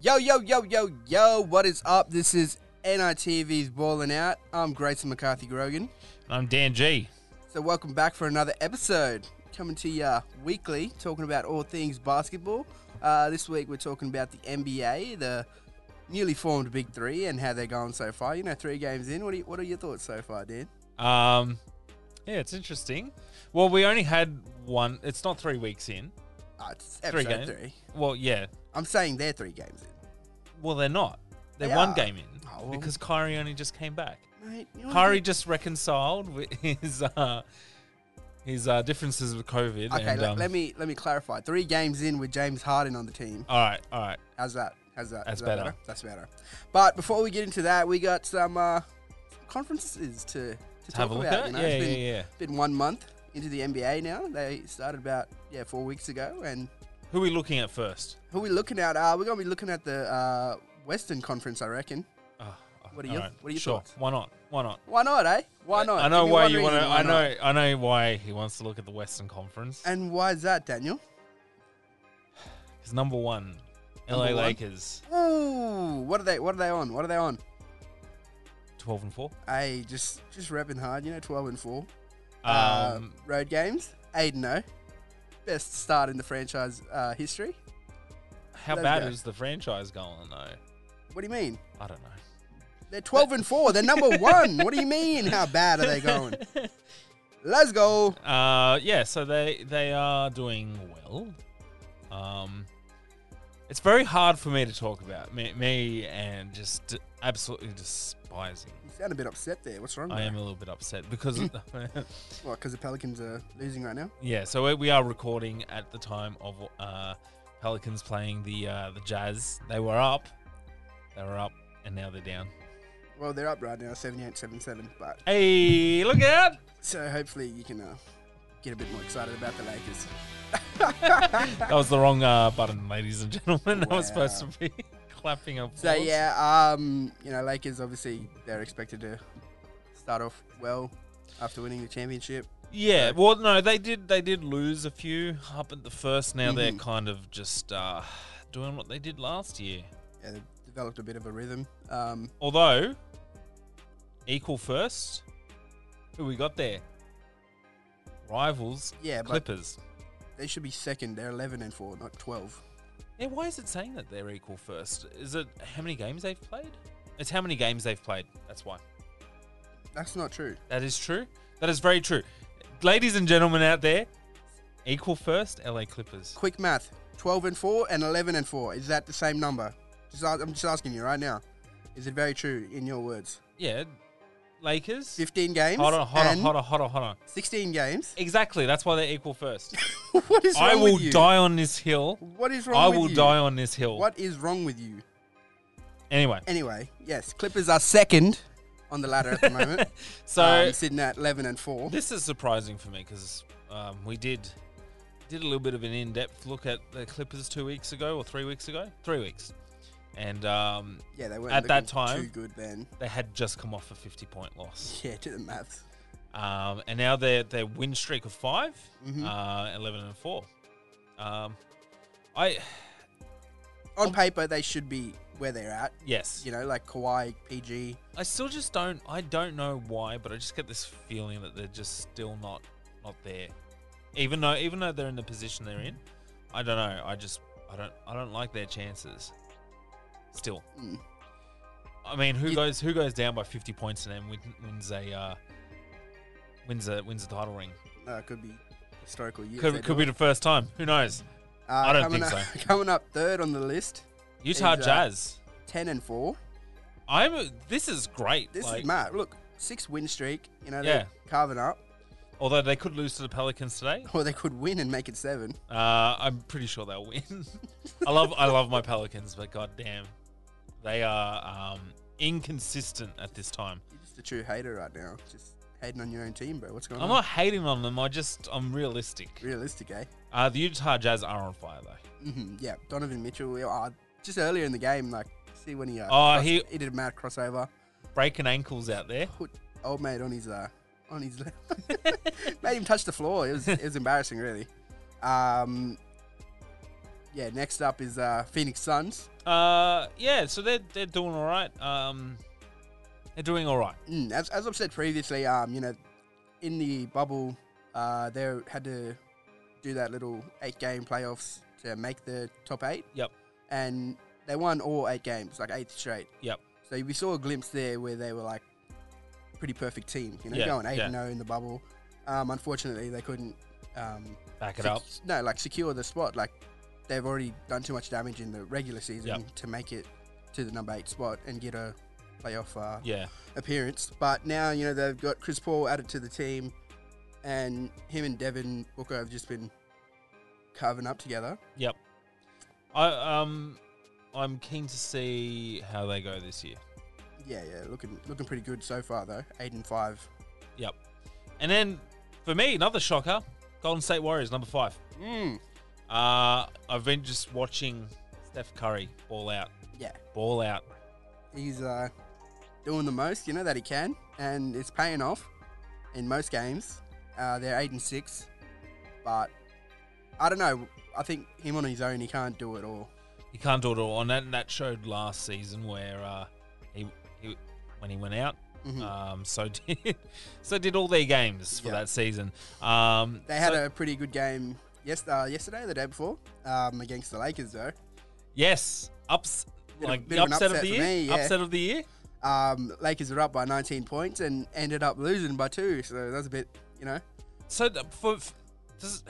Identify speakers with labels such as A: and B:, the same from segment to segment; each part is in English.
A: Yo, yo, yo, yo, yo, what is up? This is NITV's Balling Out. I'm Grayson McCarthy Grogan.
B: I'm Dan G.
A: So, welcome back for another episode. Coming to you uh, weekly, talking about all things basketball. Uh, this week, we're talking about the NBA, the newly formed Big Three, and how they're going so far. You know, three games in. What are, you, what are your thoughts so far, Dan?
B: Um, yeah, it's interesting. Well, we only had one. It's not three weeks in.
A: Ah, it's
B: Three
A: episode
B: games.
A: three,
B: Well, yeah.
A: I'm saying they're three games in.
B: Well, they're not. They're
A: They
B: one
A: are.
B: game in
A: Oh, well. Oh,
B: because Kyrie only just came back.
A: Mate, you know what I
B: Kyrie
A: mean?
B: just reconciled with his uh, his uh, differences with COVID.
A: Okay,
B: and,
A: let,
B: um,
A: let me let me clarify. Three games in with James Harden on the team.
B: All right, all right.
A: How's that? How's that?
B: That's
A: Is that
B: better.
A: That's better. But before we get into that, we got some uh, conferences to, to, talk
B: have a look
A: about.
B: at.
A: You know,
B: Yeah,
A: it's been,
B: yeah, yeah.
A: been one month into the NBA now. They started about yeah four weeks ago, and
B: Who are we looking at first?
A: who we looking at? Uh, we're gonna be looking at the uh, Western Conference, I reckon.
B: Oh,
A: What are
B: all
A: your- what are your
B: sure.
A: thoughts?
B: Why not? Why not?
A: Why not, eh? Why not?
B: I know
A: Give me
B: why
A: one
B: you want to.
A: reason why
B: I
A: not.
B: know. I know why he wants to look at the Western Conference.
A: And why is that, Daniel?
B: Because number one,
A: Number
B: LA
A: one?
B: Lakers,
A: Ooh, what are they? What are they on? What are they on?
B: twelve and four.
A: Hey, just just repping hard. You know, twelve and four.
B: Um,
A: uh, road games. 8 0. Best start in the franchise uh, history.
B: how
A: there we
B: bad
A: go.
B: is the franchise going though?
A: What do you mean?
B: I don't know.
A: They're 12 and 4. They're number one. What do you mean? How bad are they going? Let's go.
B: Uh, yeah. So they they are doing well. Um, it's very hard for me to talk about me, me and just absolutely despising.
A: You sound a bit upset there. What's wrong?
B: I am a little bit upset because
A: Because the Pelicans are losing right now?
B: yeah. So we- we are recording at the time of uh, Pelicans playing the uh, the Jazz. They were up. They were up, and now they're down.
A: Well, they're up right now, 78 7 7. But
B: Hey, look out!
A: so hopefully you can uh, get a bit more excited about the Lakers.
B: That was the wrong uh, button, ladies and gentlemen. I was supposed
A: Wow.
B: to be clapping up.
A: So, yeah, um, you know, Lakers obviously they're expected to start off well after winning the championship.
B: Yeah. Well, no, they did. They did lose a few up at the first. Now they're
A: Mhm.
B: kind of just uh, doing what they did last year.
A: Yeah, they've developed a bit of a rhythm. Um,
B: Although, equal first. Who we got there? Rivals,
A: yeah, but
B: Clippers.
A: They should be second. They're 11 and 4, not 12.
B: Yeah. Why is it saying that they're equal first? Is it how many games they've played? It's how many games they've played. That's why.
A: That's not true.
B: That is true. That is very true. Ladies and gentlemen out there, equal first, LA Clippers.
A: Quick math 12 and 4 and 11 and 4. Is that the same number? Just, a- I'm just asking you right now. Is it very true in your words?
B: Yeah, Lakers.
A: 15 games?
B: Hold on, hold on,
A: and
B: hold on, hold on, hold on.
A: 16 games?
B: Exactly. That's why they're equal first.
A: what is wrong
B: I will
A: with you?
B: die on this hill.
A: What is wrong
B: I
A: with
B: will
A: you?
B: die on this hill.
A: What Um, is wrong with you?
B: Anyway,
A: Anyway, yes, Clippers are second on the ladder at the moment.
B: so
A: um, sitting at 11 and 4.
B: this is surprising for me because um, we did did a little bit of an in-depth look at the Clippers two weeks ago or three weeks ago, three weeks, and um,
A: Yeah, they weren't
B: At that
A: looking
B: time-
A: too good then.
B: they had just come off a fifty-point loss.
A: Yeah, to the maths.
B: Um, and now their their win streak of 5
A: Mhm.
B: uh, eleven and four. Um, I
A: On paper, they should be where they're at.
B: yes,
A: You know, like Kawhi, PG,
B: I still just don't. I don't know why, but I just get this feeling that they're just still not not there. Even though even though they're in the position they're in, I don't know. I just I don't I don't like their chances. Still,
A: Mm.
B: I mean, who
A: You-
B: goes who goes down by fifty points and then win, wins a uh, wins a wins a title ring?
A: Uh, it could be historical year.
B: could could be the first time. Who knows?
A: Uh,
B: I don't
A: coming
B: think
A: up, Coming up third on the list,
B: Utah
A: Is, uh,
B: Jazz.
A: ten and four.
B: I'm. This is great.
A: This
B: like-
A: is mad. Look, six win streak. You know, they're carving up,
B: Although they could lose to the Pelicans today,
A: or they could win and make it seven.
B: uh, I'm pretty sure they'll win. I love. I love my Pelicans, but goddamn, they are um, inconsistent at this time.
A: You're just a true hater right now. Just hating on your own team, bro. What's going
B: I'm
A: on?
B: not hating on them. I just I'm realistic.
A: Realistic, eh?
B: Uh, the Utah Jazz are on fire though.
A: hmm Yeah, Donovan Mitchell. we- Uh, just earlier in the game, like see when he uh,
B: Oh,
A: crossed-
B: he-
A: he did a mad crossover.
B: Breaking ankles out there.
A: Put old mate on his uh, on his left. made him touch the floor. It was it was embarrassing, really. Um, yeah, next up is uh, Phoenix Suns.
B: Uh, yeah, so they're they're doing all right. Um, they're doing all right.
A: Mm, as, as I've said previously, um, you know, in the bubble, uh, they had to do that little eight game playoffs to make the top eight.
B: Yep.
A: And they won all eight games, like eight straight.
B: Yep.
A: So we saw a glimpse there where they were like pretty perfect team, you know,
B: Yeah,
A: going eight
B: yeah.
A: and zero in the bubble. Um, unfortunately, they couldn't. Um,
B: Back it
A: sec-
B: up.
A: No, like secure the spot. Like they've already done too much damage in the regular season
B: Yep.
A: to make it to the number eight spot and get a playoff uh,
B: Yeah,
A: appearance. But now, you know, they've got Chris Paul added to the team, and him and Devin Booker have just been carving up together.
B: yep. I um, I'm keen to see how they go this year.
A: Yeah, yeah, looking looking pretty good so far though. Eight and five.
B: Yep. And then for me, another shocker: Golden State Warriors number five. Hmm.
A: Mm.
B: Uh, I've been just watching Steph Curry ball out,
A: Yeah,
B: ball out.
A: he's uh, doing the most, you know, that he can, and it's paying off in most games. Uh, they're eight and six, but I don't know. I think him on his own, he can't do it all.
B: He can't do it all, and that and that showed last season where uh, he, he when he went out,
A: Mhm.
B: um, so did so did all their games for
A: Yeah.
B: that season. Um,
A: They had
B: so-
A: a pretty good game yes, uh, yesterday, the day before, um, against the Lakers though.
B: yes ups
A: Bit of-
B: like
A: bit
B: the
A: of an
B: upset of
A: upset
B: the
A: for
B: year,
A: me, yeah.
B: upset of the year.
A: um, Lakers are up by 19 points and ended up losing by two. So that's a bit, you know,
B: So th- for f- does,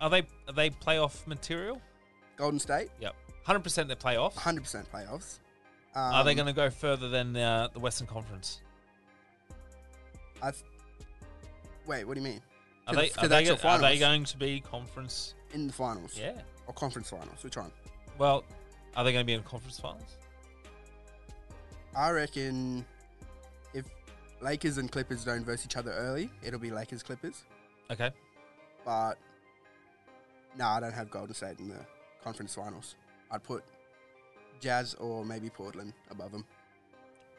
B: are they are they playoff material?
A: Golden State,
B: Yep, hundred percent they're playoff.
A: 100% playoffs. Um,
B: Are they going to go further than uh, the Western Conference?
A: I th- wait, what do you mean?
B: Are
A: To the-
B: they,
A: to
B: are,
A: the
B: they,
A: actual
B: go- are they
A: finals.
B: going to be conference?
A: In the finals
B: Yeah.
A: or conference finals? Which one?
B: Well, are they going to be in conference finals?
A: I reckon if Lakers and Clippers don't verse each other early, it'll be Lakers Clippers.
B: Okay.
A: But no, I don't have Golden State in the conference finals. I'd put Jazz or maybe Portland above them.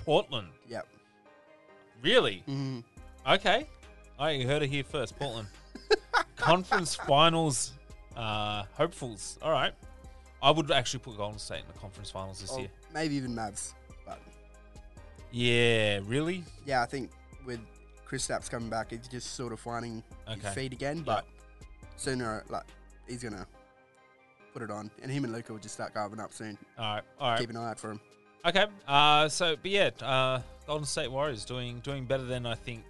B: Portland.
A: Yep.
B: Really?
A: Mm.
B: Okay. I you heard it here first. Portland. Conference finals uh, hopefuls. All right. I would actually put Golden State in the conference finals this
A: Or
B: year.
A: maybe even Mavs. But
B: Yeah, really?
A: yeah, I think with Chris Stapps coming back, he's just sort of finding
B: Okay.
A: his feet again. But sooner, like he's gonna put it on, and him and Luca will just start carving up soon.
B: All right. All right.
A: Keep an eye out for him.
B: Okay. Uh, so, but yeah, uh, Golden State Warriors doing doing better than I think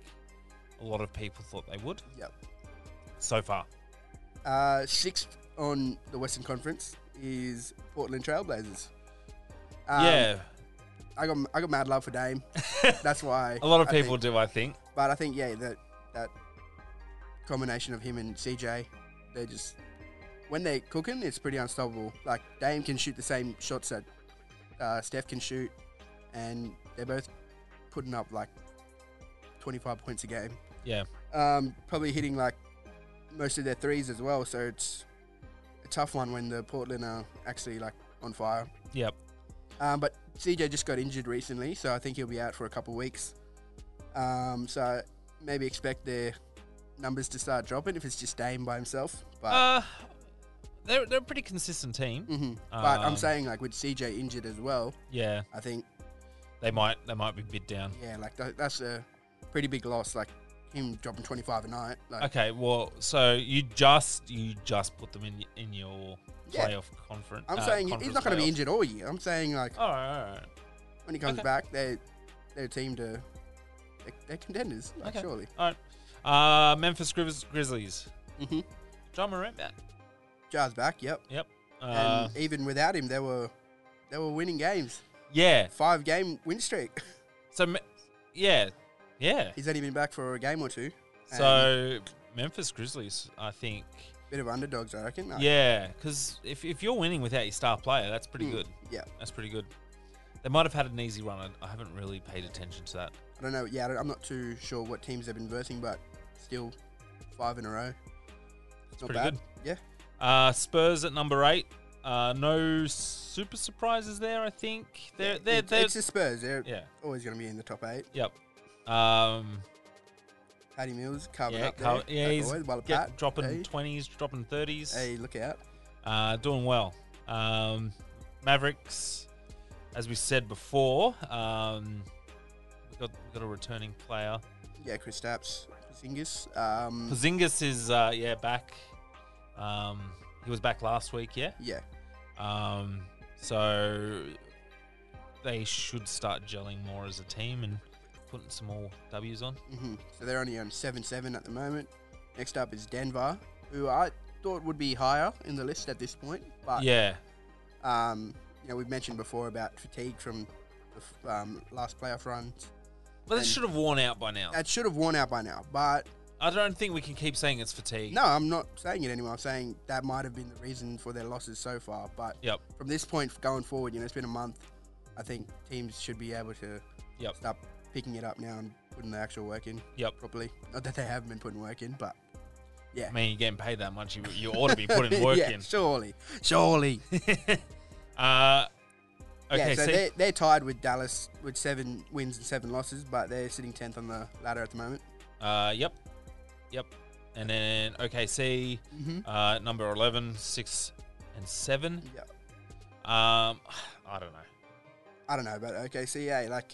B: a lot of people thought they would
A: Yep.
B: so far.
A: Uh, sixth on the Western Conference is Portland Trailblazers. Um,
B: yeah.
A: I got I got mad love for Dame. That's why
B: A lot of
A: I
B: people
A: think-
B: do, I think.
A: but I think yeah, that that combination of him and CJ, they just when they're cooking, it's pretty unstoppable. Like Dame can shoot the same shots that uh, Steph can shoot, and they're both putting up like 25 points a game.
B: Yeah.
A: Um, probably hitting like most of their threes as well. So it's a tough one when the Portland are actually like on fire.
B: Yep.
A: Um, but CJ just got injured recently, so I think he'll be out for a couple of weeks. Um, so maybe expect their numbers to start dropping if it's just Dame by himself. But
B: Uh, they're, they're a pretty consistent team.
A: mhm. but
B: um,
A: I'm saying like with CJ injured as well,
B: Yeah,
A: I think
B: they might they might be bid down.
A: yeah, like tha- that's a pretty big loss. Like him dropping 25 a night. Like
B: Okay, well, so you just you just put them in in your
A: Yeah.
B: playoff conference.
A: I'm
B: uh,
A: saying he's
B: conference
A: not going to
B: playoff.
A: be injured all year. I'm saying like
B: All right, all right.
A: when he comes
B: okay.
A: back, they they're a team to they're, they're contenders. Like,
B: Okay.
A: Surely,
B: Uh, Memphis Grizz- Grizzlies.
A: Mhm.
B: John Morant back.
A: Jar's back. Yep.
B: Uh,
A: and even without him, they were they were winning games.
B: yeah.
A: Five game win streak.
B: So, Me- yeah, yeah.
A: He's only been back for a game or two. and Um,
B: So Memphis Grizzlies, I think.
A: bit of underdogs, I reckon. Like,
B: Yeah, because if, if you're winning without your star player, that's pretty
A: mm,
B: good.
A: Yeah,
B: That's pretty good. They might have had an easy run. I, I haven't really paid attention to that.
A: I don't know. Yeah, I don't, I'm not too sure what teams they've been versing, but still five in a row. It's not
B: pretty
A: bad.
B: good.
A: Yeah,
B: Uh, Spurs at number eight. Uh, no super surprises there. I think they're they're,
A: it's,
B: they're
A: it's the Spurs. They're
B: yeah
A: always going to be in the top eight.
B: yep. Um,
A: Patty Mills carving
B: yeah,
A: up
B: Carl-
A: there.
B: yeah,
A: like
B: he's
A: always, while
B: get-
A: Pat,
B: dropping
A: hey,
B: twenties, dropping thirties.
A: hey, look out!
B: uh, doing well. Um, Mavericks, as we said before, um, we got we got a returning player.
A: Yeah, Chris Stapps, Zingis. Um,
B: Porzingis is uh, yeah back. Um, he was back last week, yeah.
A: yeah,
B: Um, so they should start gelling more as a team and putting some more W's on.
A: hmm So they're only on 7 7 at the moment. Next up is Denver, who I thought would be higher in the list at this point. But,
B: Yeah,
A: um, you know, we've mentioned before about fatigue from the f- um, last playoff runs.
B: but they
A: And-
B: should have worn out by now.
A: That should have worn out by now. But,
B: I don't think we can keep saying it's fatigue.
A: no, I'm not saying it anymore. I'm saying that might have been the reason for their losses so far. But
B: Yep.
A: from this point going forward, you know, it's been a month. I think teams should be able to
B: Yep.
A: start picking it up now and putting the actual work in
B: Yep.
A: properly. Not that they haven't been putting work in, but
B: I mean, you're getting paid that much. You, you ought to be putting work
A: yeah,
B: in.
A: surely, surely.
B: uh, okay,
A: yeah, so
B: see,
A: they're, they're tied with Dallas with seven wins and seven losses, but they're sitting tenth on the ladder at the moment.
B: uh, yep, yep, and then OKC,
A: Mm-hmm.
B: uh, number 11, 6 and seven.
A: Yeah,
B: Um, I don't know.
A: I don't know, but okay, so yeah, like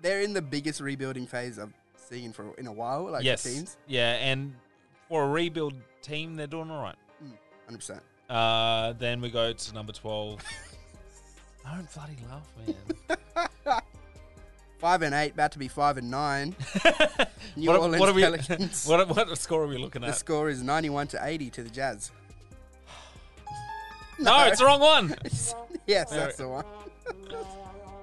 A: they're in the biggest rebuilding phase I've seen for in a while. Like
B: yes,
A: the teams,
B: yeah, and for a rebuild team, they're doing all right.
A: hundred percent.
B: Uh, then we go to number 12. Don't bloody laugh,
A: Five and eight, about to be five and nine.
B: man.
A: New
B: what,
A: Orleans
B: what are we?
A: Pelicans.
B: What, what score are we looking
A: The
B: at?
A: score is ninety-one to eighty to the Jazz.
B: No, it's the wrong one. Uh,
A: yes,
B: There
A: that's the one.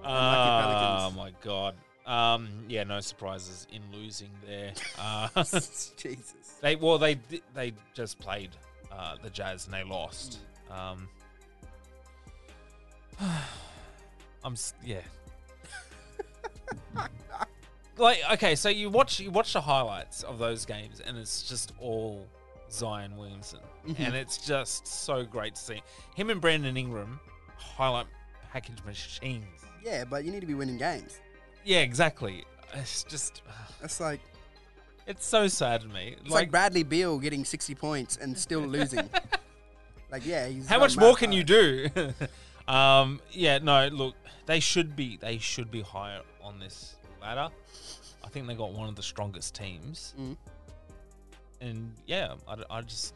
B: Ah,
A: Pelicans.
B: my god. Um, yeah, no surprises in losing there. Uh,
A: Jesus.
B: they well, they di- they just played uh, the Jazz and they lost. Um, I'm s- yeah. like okay, so you watch you watch the highlights of those games and it's just all Zion Williamson and it's just so great to see him and Brandon Ingram highlight package machines.
A: Yeah, but you need to be winning games.
B: Yeah, exactly. It's just,
A: That's like
B: it's so sad to me.
A: it's like, Bradley Beal getting sixty points and still losing. like yeah, he's
B: how
A: got
B: much more
A: mad
B: can you
A: at
B: do? um, yeah, no, look, they should be, they should be higher on this ladder. I think they got one of the strongest teams.
A: Mm.
B: And yeah, I, d- I just.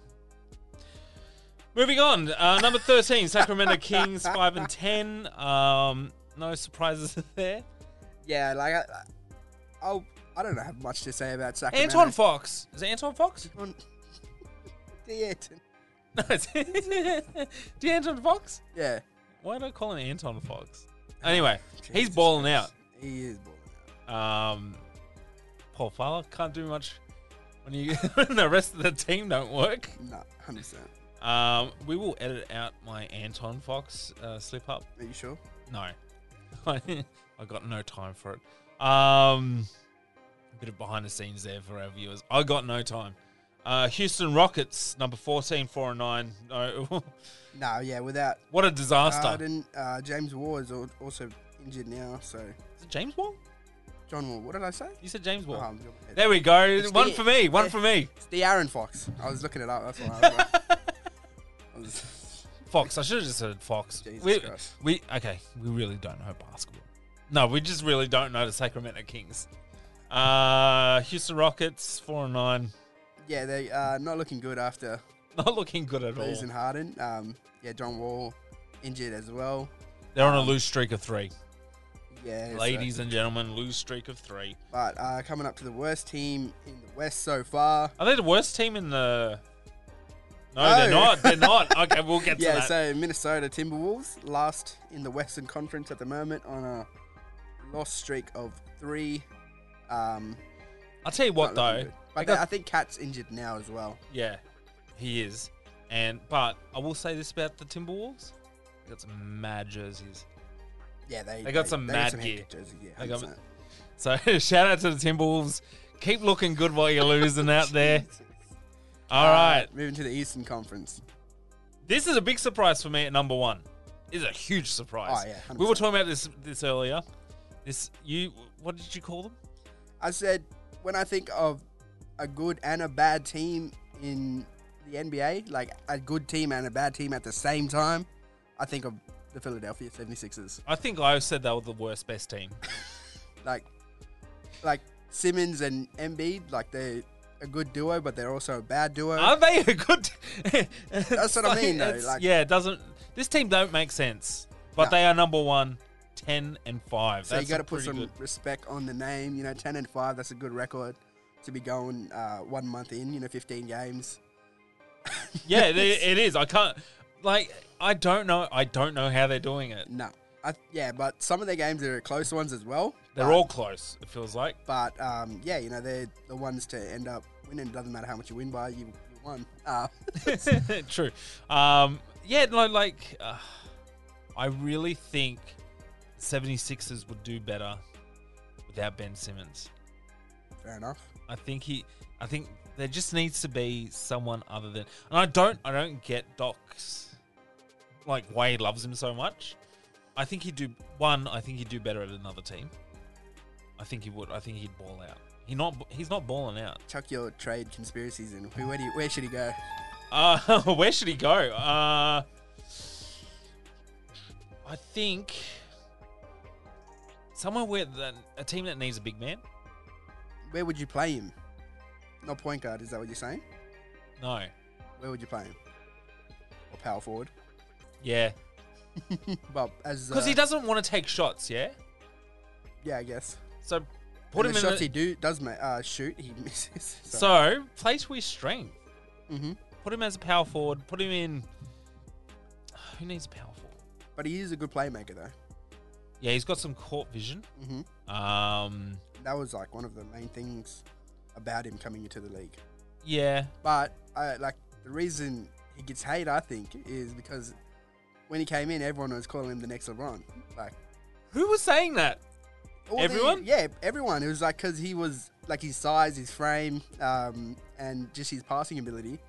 B: Moving on, uh, number 13, Sacramento Kings, 5 and 10. Um, no surprises there.
A: it. Yeah, like I, I'll I don't have much to say about Sacramento.
B: Anton Fox. Is it Anton Fox?
A: Anton. Deanton.
B: No, it's DeAnton Fox.
A: yeah,
B: Why do I call him Anton Fox? Anyway, he's
A: Jesus
B: balling out.
A: he is balling out.
B: Um, Paul Fowler can't do much when you when the rest of the team don't work.
A: No, hundred percent.
B: Um, we will edit out my Anton Fox uh, slip up.
A: Are you sure?
B: No, I got no time for it. Um, a bit of behind the scenes there for our viewers. I got no time. Uh, Houston Rockets, number 14, 4 and 9. No,
A: No, yeah, without
B: what a disaster.
A: Harden, uh, James Ward is al- also injured now. So
B: Is it James Wall?
A: John Wall, what did I say?
B: You said James Wall.
A: Oh, I'm good.
B: There we go.
A: It's
B: one
A: the-
B: for me. One
A: yeah.
B: for me.
A: It's the Aaron Fox. I was looking it up. That's why. I was like, I was-
B: Fox. I should have just said Fox.
A: Jesus
B: we,
A: Christ.
B: we okay. We really don't know basketball. No, we just really don't know the Sacramento Kings. Uh, Houston Rockets four and nine.
A: yeah, they are not looking good after
B: Not looking good at all.
A: losing Harden. Um, yeah, John Wall injured as well.
B: They're on a lose streak of three.
A: Yeah, so-
B: Ladies and gentlemen, lose streak of three.
A: but uh, coming up to the worst team in the West so far.
B: Are they the worst team in the? No,
A: No.
B: they're not. They're not. Okay, we'll get to
A: Oh, Yeah,
B: that.
A: so Minnesota Timberwolves last in the Western Conference at the moment on a loss streak of three. Um,
B: I'll tell you what
A: not
B: though.
A: looking good. uh, But
B: I
A: they-
B: got-
A: I think Cat's injured now as well.
B: Yeah, he is. And but I will say this about the Timberwolves: they got some mad jerseys.
A: Yeah, they
B: They got some mad
A: head
B: gear.
A: jerseys, yeah,
B: They got-
A: 100%.
B: So shout out to the Timberwolves. Keep looking good while you're losing out there. All
A: Uh,
B: right,
A: moving to the Eastern Conference.
B: this is a big surprise for me at number one. This is a huge surprise.
A: Oh, yeah,
B: we were
A: 100%.
B: talking about this this earlier. This you what did you call them?
A: I said when I think of a good and a bad team in the NBA, like a good team and a bad team at the same time, I think of the Philadelphia 76ers.
B: I think I said they were the worst best team.
A: Like, like Simmons and Embiid, like they're a good duo, but they're also a bad duo.
B: Are they a good?
A: That's what I mean, though, like-
B: yeah, it doesn't this team don't make sense, but
A: No.
B: they are number one, 10 and five.
A: So
B: That's
A: you got
B: a
A: to put
B: pretty
A: some
B: good-
A: respect on the name. You know, ten and five. That's a good record to be going uh, one month in. You know, fifteen games.
B: Yeah, it, it is. I can't. Like, I don't know. I don't know how they're doing it.
A: No, I, yeah, but some of their games are close ones as well.
B: They're
A: but,
B: all close. It feels like.
A: but um, yeah, you know, they're the ones to end up winning. Doesn't matter how much you win by, you, you won. Uh,
B: True. Um, yeah, no, like, uh, I really think 76ers would do better without Ben Simmons.
A: fair enough.
B: I think he, I think there just needs to be someone other than, and I don't, I don't get Doc's, like, why he loves him so much. I think he'd do, one, I think he'd do better at another team. I think he would. I think he'd ball out. He not, he's not balling out.
A: Chuck your trade conspiracies in. Who, where do you, where should he go?
B: Uh, where should he go? Uh, I think somewhere where the, a team that needs a big man.
A: Where would you play him? Not point guard. Is that what you're saying?
B: No,
A: Where would you play him? Or power forward?
B: yeah,
A: but as
B: because
A: uh,
B: he doesn't want to take shots. Yeah,
A: yeah, I guess.
B: so
A: and
B: put him
A: the
B: in.
A: shots he
B: The,
A: do does ma- uh, shoot, he misses. So,
B: so play to his strength.
A: hmm
B: Put him as a power forward. Put him in. Who needs a power forward?
A: But he is a good playmaker though.
B: Yeah, he's got some court vision.
A: hmm
B: Um,
A: That was like one of the main things about him coming into the league.
B: yeah,
A: But I, like the reason he gets hate, I think, is because when he came in, everyone was calling him the next LeBron. Like
B: who was saying that?
A: all the-
B: Everyone?
A: yeah, everyone. It was like because he was like his size, his frame, um, and just his passing ability.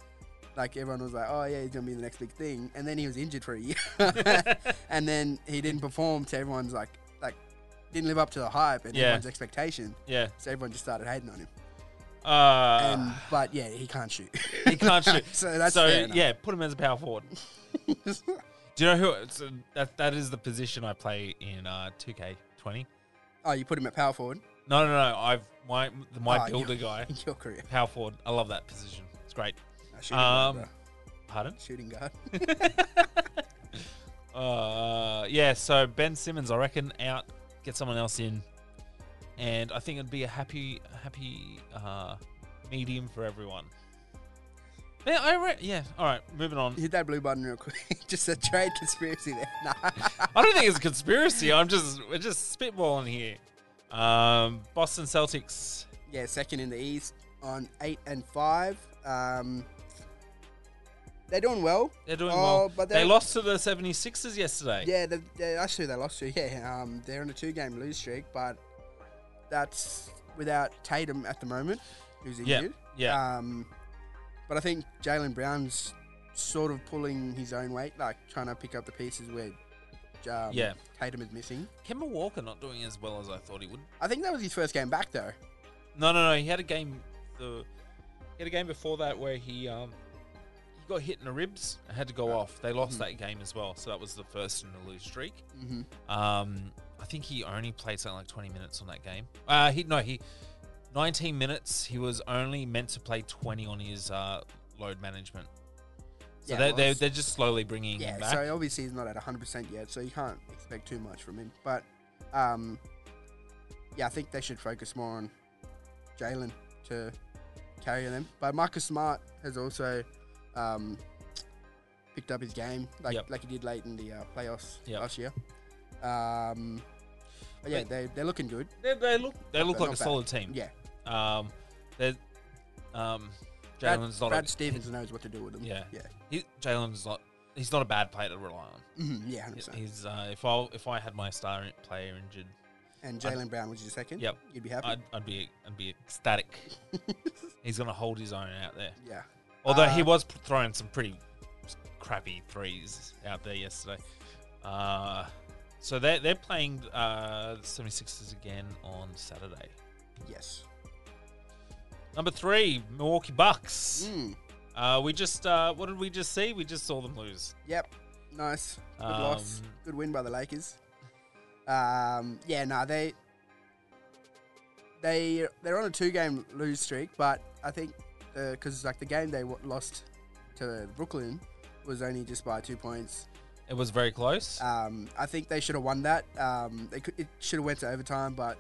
A: Like everyone was like, "Oh yeah, he's gonna be the next big thing," and then he was injured for a year. and then he didn't perform to everyone's like like didn't live up to the hype and
B: Yeah.
A: everyone's expectation.
B: yeah.
A: So everyone just started hating on him.
B: Uh,
A: And but yeah, he can't shoot.
B: He can't shoot.
A: So that's
B: so
A: fair enough.
B: yeah, put him as a power forward. Do you know who? It's, uh, that that is the position I play in uh, 2K20.
A: oh, you put him at power forward.
B: No, no, no. I've my my
A: Oh, I
B: builder
A: knew-
B: guy,
A: Your career.
B: power forward. I love that position. It's great.
A: No, shooting,
B: Um,
A: guard,
B: Pardon?
A: bro. shooting guard.
B: Uh, yeah. So Ben Simmons, I reckon, out. Get someone else in, and I think it'd be a happy, happy uh, medium for everyone. Yeah, I re- yeah. All right, moving on.
A: Hit that blue button real quick. just a trade conspiracy there. Nah.
B: I don't think it's a conspiracy. I'm just we're just spitballing here. Um, Boston Celtics.
A: yeah, second in the East on eight and five. Um, they're doing well.
B: They're doing
A: Oh,
B: well.
A: but
B: they
A: they're-
B: lost to the 76ers yesterday.
A: Yeah, they, they, that's who they lost to. Yeah, um, they're on a two-game lose streak, but that's without Tatum at the moment, who's
B: Yeah,
A: injured.
B: yeah.
A: Um, but I think Jalen Brown's sort of pulling his own weight, like trying to pick up the pieces where um,
B: Yeah.
A: Tatum is missing.
B: Kemba Walker not doing as well as I thought he would.
A: I think that was his first game back, though.
B: No, no, no. He had a game. The he had a game before that where he um he got hit in the ribs. and had to go off. They lost
A: mhm.
B: that game as well. So that was the first in the lose streak.
A: hmm
B: Um, I think he only played something like 20 minutes on that game. Uh, he no, he 19 minutes. He was only meant to play 20 on his uh, load management. So
A: Yeah,
B: they
A: well,
B: they
A: that's-
B: they're just slowly bringing him
A: Yeah,
B: back.
A: so obviously he's not at 100% yet, so you can't expect too much from him. But um, yeah, I think they should focus more on Jalen to carry them. But Marcus Smart has also um, picked up his game, like
B: Yep.
A: like he did late in the uh, playoffs
B: Yep.
A: last year. Um, but yeah,
B: Wait.
A: they, they're looking good.
B: they, they look they
A: They're
B: look like a
A: not bad.
B: solid team.
A: Yeah,
B: Um, they um,
A: Brad,
B: Jalen's not
A: Brad
B: a,
A: Stevens knows what to do with them.
B: Yeah.
A: yeah,
B: He, Jalen's not he's not a bad player to rely on.
A: Mhm, yeah, 100%.
B: He's uh, if I if I had my star in- player injured,
A: and Jalen Brown was your second.
B: Yep.
A: you'd be happy.
B: I'd, I'd be I'd be ecstatic. he's gonna hold his own out there.
A: yeah,
B: Although he
A: Uh,
B: was p- throwing some pretty crappy threes out there yesterday. Uh, so they're, they're playing uh, the 76ers again on Saturday.
A: yes.
B: Number three, Milwaukee Bucks.
A: Mm.
B: Uh, we just uh, what did we just see? We just saw them lose.
A: Yep. Nice. Good loss.
B: Um,
A: Good win by the Lakers. Um, yeah, no, they they they're on a two-game lose streak, but I think because like the game they w- lost to Brooklyn was only just by two points.
B: It was very close.
A: Um, I think they should have won that. Um, they could, it should have went to overtime, but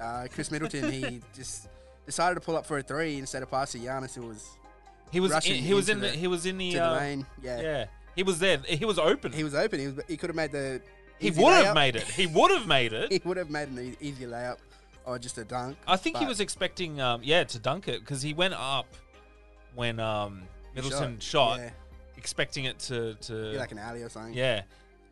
A: uh, Chris Middleton he just decided to pull up for a three instead of pass to Giannis. It was
B: he was
A: rushing
B: in, he was
A: into
B: in the,
A: the-
B: he was in the,
A: to the
B: uh,
A: lane. Yeah.
B: yeah he was there. He was open.
A: he
B: He,
A: was open. He was, he could have made the easy
B: would
A: layup.
B: have made it. He would have made it.
A: he would have made an e- easy layup or just a dunk.
B: I think he
A: but-
B: was expecting um, yeah to dunk it because he went up when um,
A: He
B: Middleton shot,
A: yeah,
B: expecting it to to
A: be like an alley or something.
B: yeah.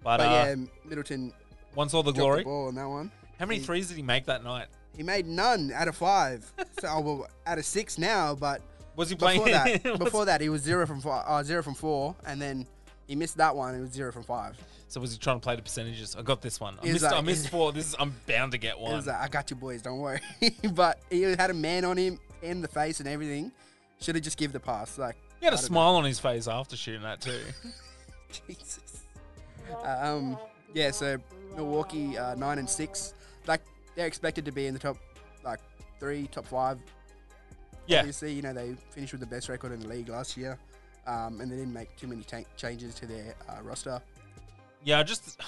B: But,
A: but
B: uh,
A: yeah, Middleton
B: once all the
A: dropped
B: glory.
A: the ball on that one.
B: How many
A: He-
B: threes did he make that night?
A: He made none out of five. so oh, well, out of six now, but
B: Was he playing?
A: before that,
B: was-
A: before that, he was zero from five, uh, zero from four, and then he missed that one. It was zero from five.
B: so was he trying to play the percentages? I got this one. I
A: He was
B: missed, I
A: like-
B: missed four. This is, I'm bound to get
A: It
B: one.
A: was like, I got you, boys. Don't worry. but he had a man on him in the face and everything. Should have just give the pass. Like
B: he had
A: I
B: a
A: don't know.
B: smile on his face after shooting that too.
A: Jesus. Um, yeah, so Milwaukee uh, nine and six, like they're expected to be in the top, like three, top five.
B: yeah,
A: Obviously, you know they finished with the best record in the league last year, um, and they didn't make too many ta- changes to their uh, roster.
B: yeah. I Just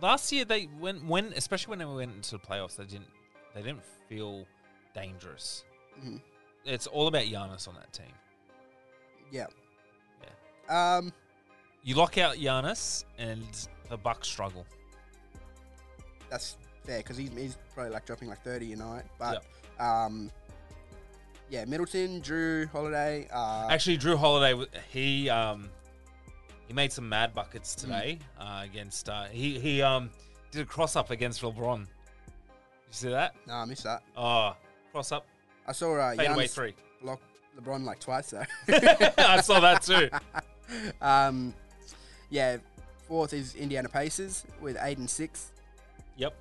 B: last year they when when especially when they went into the playoffs they didn't they didn't feel dangerous.
A: Mhm.
B: It's all about Giannis on that team.
A: Yeah. Yeah. Um,
B: You lock out Giannis and the Bucks struggle.
A: that's fair because he's, he's probably like dropping like thirty a night, but um, yeah, Middleton, Drew, Holiday. Uh,
B: Actually, Drew Holiday w- he um he made some mad
A: Mm.
B: buckets today uh, against uh, he he um did a cross up against LeBron. You see that?
A: no, I missed that.
B: Oh, cross up
A: I saw uh,
B: fade away
A: Giannis
B: three.
A: block LeBron like twice though.
B: I saw that too.
A: Um, yeah, fourth is Indiana Pacers with eight and six.
B: Yep.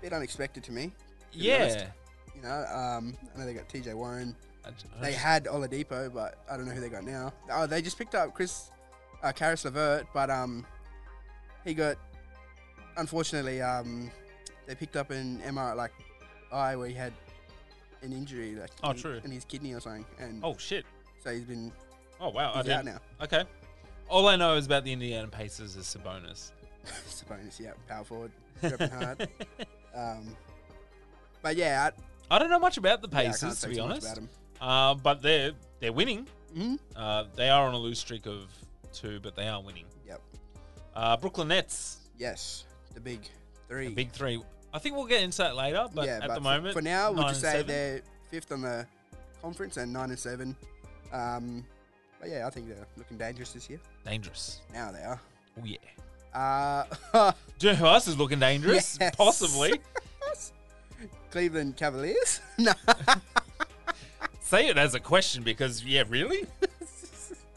A: Bit unexpected to me, be
B: Yeah.
A: you know. Um, I know they got T.J. Warren.
B: I j- I
A: They
B: just-
A: had Oladipo, but I don't know who they got now. Oh, they just picked up Chris, uh, Karis Levert, but um, he got unfortunately um, they picked up an MRI like eye where he had an injury like
B: Oh,
A: in,
B: true.
A: in his kidney or something, and
B: oh shit.
A: so he's been
B: Oh wow. I
A: he's out
B: didn't.
A: now.
B: Okay. All I know is about the Indiana Pacers is Sabonis.
A: Sabonis, yeah, power forward, dropping hard. Um, but yeah, I,
B: I don't know much about the
A: yeah, I
B: Pacers
A: can't
B: to
A: say
B: be
A: too much
B: honest.
A: about 'em.
B: Uh, but they're they're winning.
A: Mhm.
B: Uh, they are on a lose streak of two, but they are winning.
A: Yep.
B: Uh, Brooklyn Nets,
A: Yes, the big three.
B: the big three. I think we'll get into that later, but at
A: but
B: the
A: for-
B: moment,
A: for, now, we'll
B: nine
A: just
B: and
A: say
B: seven.
A: they're fifth on the conference and nine and seven. Um, but yeah, I think they're looking dangerous this year.
B: dangerous.
A: Now they are.
B: Oh yeah.
A: Uh,
B: Do you know who else is looking dangerous?
A: Yes.
B: Possibly.
A: Cleveland Cavaliers. no,
B: Say it as a question because yeah, really.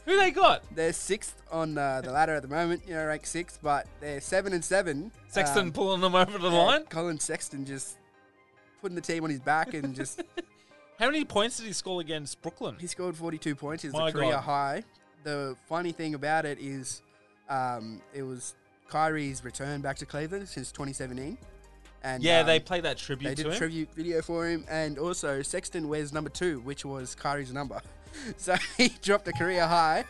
B: who they got?
A: they're sixth on uh, the ladder at the moment. You know, ranked sixth, but they're seven and seven.
B: Sexton
A: Um,
B: pulling them over the
A: yeah,
B: line.
A: Colin Sexton just putting the team on his back and just
B: How many points did he score against Brooklyn?
A: He scored 42 points. It's
B: My
A: a career
B: God.
A: high. The funny thing about it is, um, it was Kyrie's return back to Cleveland since 2017. And
B: yeah,
A: um,
B: they played that tribute
A: they did
B: to
A: a
B: him.
A: tribute video for him, and also Sexton wears number two, which was Kyrie's number. So he dropped a career high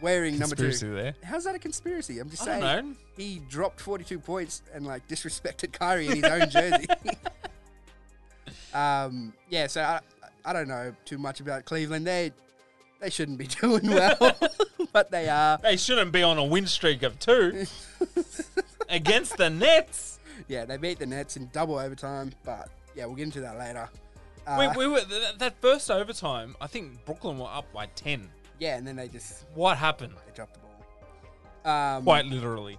A: wearing
B: Conspiracy
A: number two.
B: there.
A: How's that a conspiracy? I'm just
B: I
A: saying
B: don't know.
A: he dropped 42 points and like disrespected Kyrie in his own jersey. um, yeah, so I, I don't know too much about Cleveland. They they shouldn't be doing well, but they are.
B: They shouldn't be on a win streak of two against the Nets.
A: Yeah, they beat the Nets in double overtime, but yeah, we'll get into that later. Uh,
B: We, we were th- th- that first overtime. I think Brooklyn were up by ten.
A: yeah, and then they just
B: What happened?
A: they dropped the ball. Um,
B: Quite literally.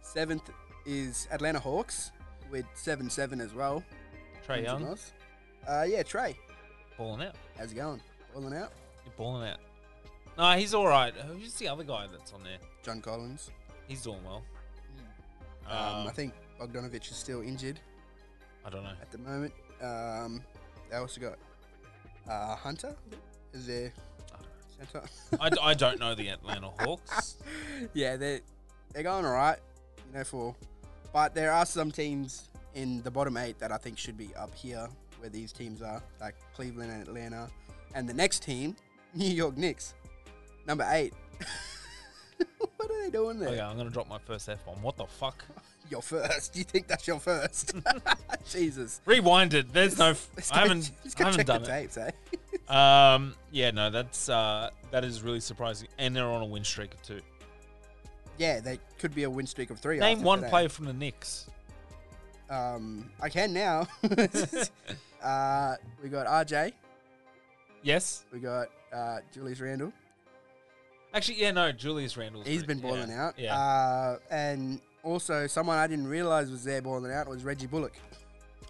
A: Seventh is Atlanta Hawks with seven seven as well.
B: Trey Young
A: Uh, yeah, Trey,
B: balling out.
A: how's it going? Rolling out.
B: You're balling out. No, he's all right. Who's the other guy that's on there?
A: John Collins.
B: He's doing well.
A: Um,
B: Um,
A: I think Bogdanovich is still injured
B: I don't know.
A: at the moment. Um, they also got uh, Hunter is their centre.
B: I, d- I don't know the Atlanta Hawks.
A: yeah, they're they're going all right, you know. For but there are some teams in the bottom eight that I think should be up here where these teams are, like Cleveland and Atlanta, and the next team, New York Knicks, number eight. what are they doing there?
B: Okay, I'm gonna drop my first F bomb. What the fuck?
A: Your first? You think that's your first? Jesus.
B: Rewinded. There's no. F-
A: Let's go-
B: I haven't.
A: let's go
B: I haven't
A: check
B: done
A: the
B: it.
A: tapes, eh?
B: Um, yeah, no, that's uh, that is really surprising, and they're on a win streak of two.
A: Yeah, they could be a win streak of three.
B: Name
A: after
B: one
A: today.
B: player from the Knicks.
A: Um, I can now. uh, we got RJ.
B: Yes,
A: We got uh, Julius Randle.
B: actually, yeah, no, Julius Randle.
A: He's been boiling out.
B: Yeah,
A: Uh, and also, someone I didn't realize was there boiling out was Reggie Bullock.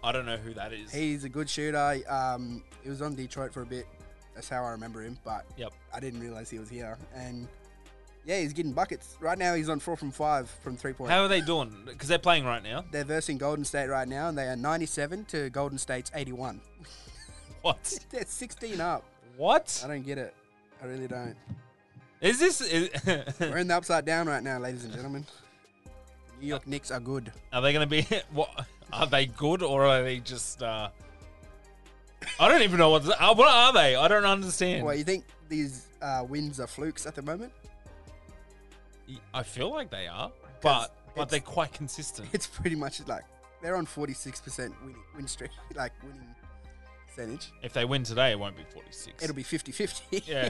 B: I don't know who that is.
A: He's a good shooter. Um, he was on Detroit for a bit. That's how I remember him. But
B: Yep.
A: I didn't realize he was here. And yeah, he's getting buckets right now. He's on four from five from three point.
B: How are they doing? Because they're playing right now.
A: They're versing Golden State right now, and they are 97 to Golden State's 81.
B: What?
A: They're 16 up. I
B: What
A: don't get it. I really don't.
B: is this? Is,
A: We're in the upside down right now, ladies and gentlemen. New York Knicks are good.
B: are they going to be? What are they good or are they just? Uh, I don't even know what. Uh, what are they? I don't understand.
A: Well, you think these uh, wins are flukes at the moment?
B: I feel like they are, but but
A: it's-
B: they're quite consistent.
A: It's pretty much like they're on 46% win, win streak, like winning percentage.
B: If they win today, it won't be forty six.
A: It'll be 50 50.
B: yeah.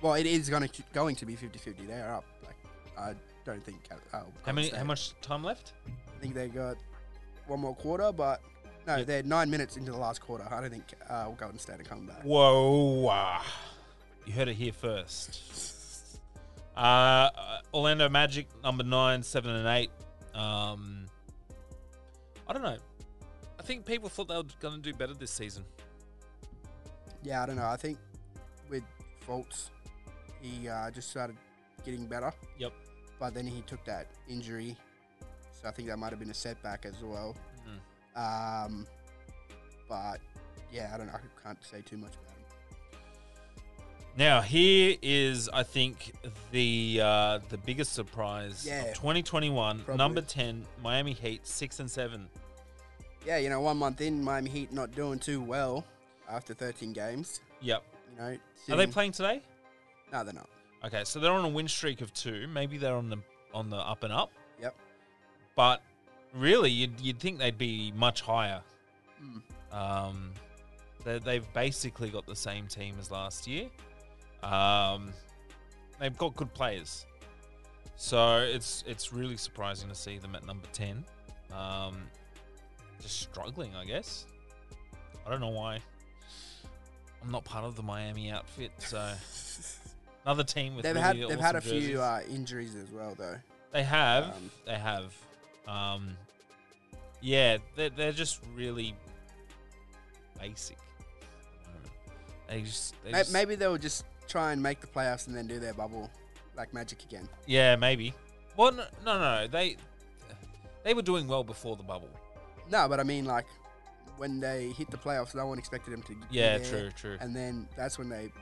A: Well, it is gonna, going to be 50 50. They're up. Like, I don't think. Uh, Golden
B: How many?
A: State-
B: How much time left?
A: I think they got one more quarter, but no,
B: Yeah.
A: they're nine minutes into the last quarter. I don't think uh, Golden State are coming back.
B: Whoa! uh, You heard it here first. Uh, uh, Orlando Magic number nine, seven, and eight. Um, I don't know. I think people thought they were going to do better this season.
A: Yeah, I don't know. I think with Fultz, he uh, just started getting better,
B: Yep.
A: but then he took that injury, so I think that might have been a setback as well.
B: Mm.
A: Um, but yeah, I don't know. I can't say too much about him.
B: Now here is, I think, the uh, the biggest surprise
A: Yeah.
B: of 2021.
A: Probably.
B: Number ten, Miami Heat, six and seven.
A: Yeah, you know, one month in, Miami Heat not doing too well after 13 games.
B: Yep.
A: You know,
B: Are they
A: sitting-
B: playing today?
A: No, they're not.
B: Okay, so they're on a win streak of two. Maybe they're on the on the up and up.
A: Yep.
B: But really, you'd you'd think they'd be much higher.
A: Mm.
B: Um, they, they've basically got the same team as last year. Um, they've got good players, so it's it's really surprising to see them at number ten. Um, just struggling, I guess. I don't know why. I'm not part of the Miami outfit, so another team with
A: They've
B: really
A: had they've had a
B: awesome jerseys.
A: few uh, injuries as well, though.
B: They have.
A: Um,
B: they have. Um, yeah, they're, they're just really basic. at the moment. They just, they
A: May
B: just-
A: Maybe they'll just try and make the playoffs and then do their bubble like Magic again.
B: yeah, maybe. Well, no, no, no. They they were doing well before the bubble.
A: No, but I mean like when they hit the playoffs, no one expected them to. be
B: Yeah,
A: there,
B: true, true.
A: And then that's when they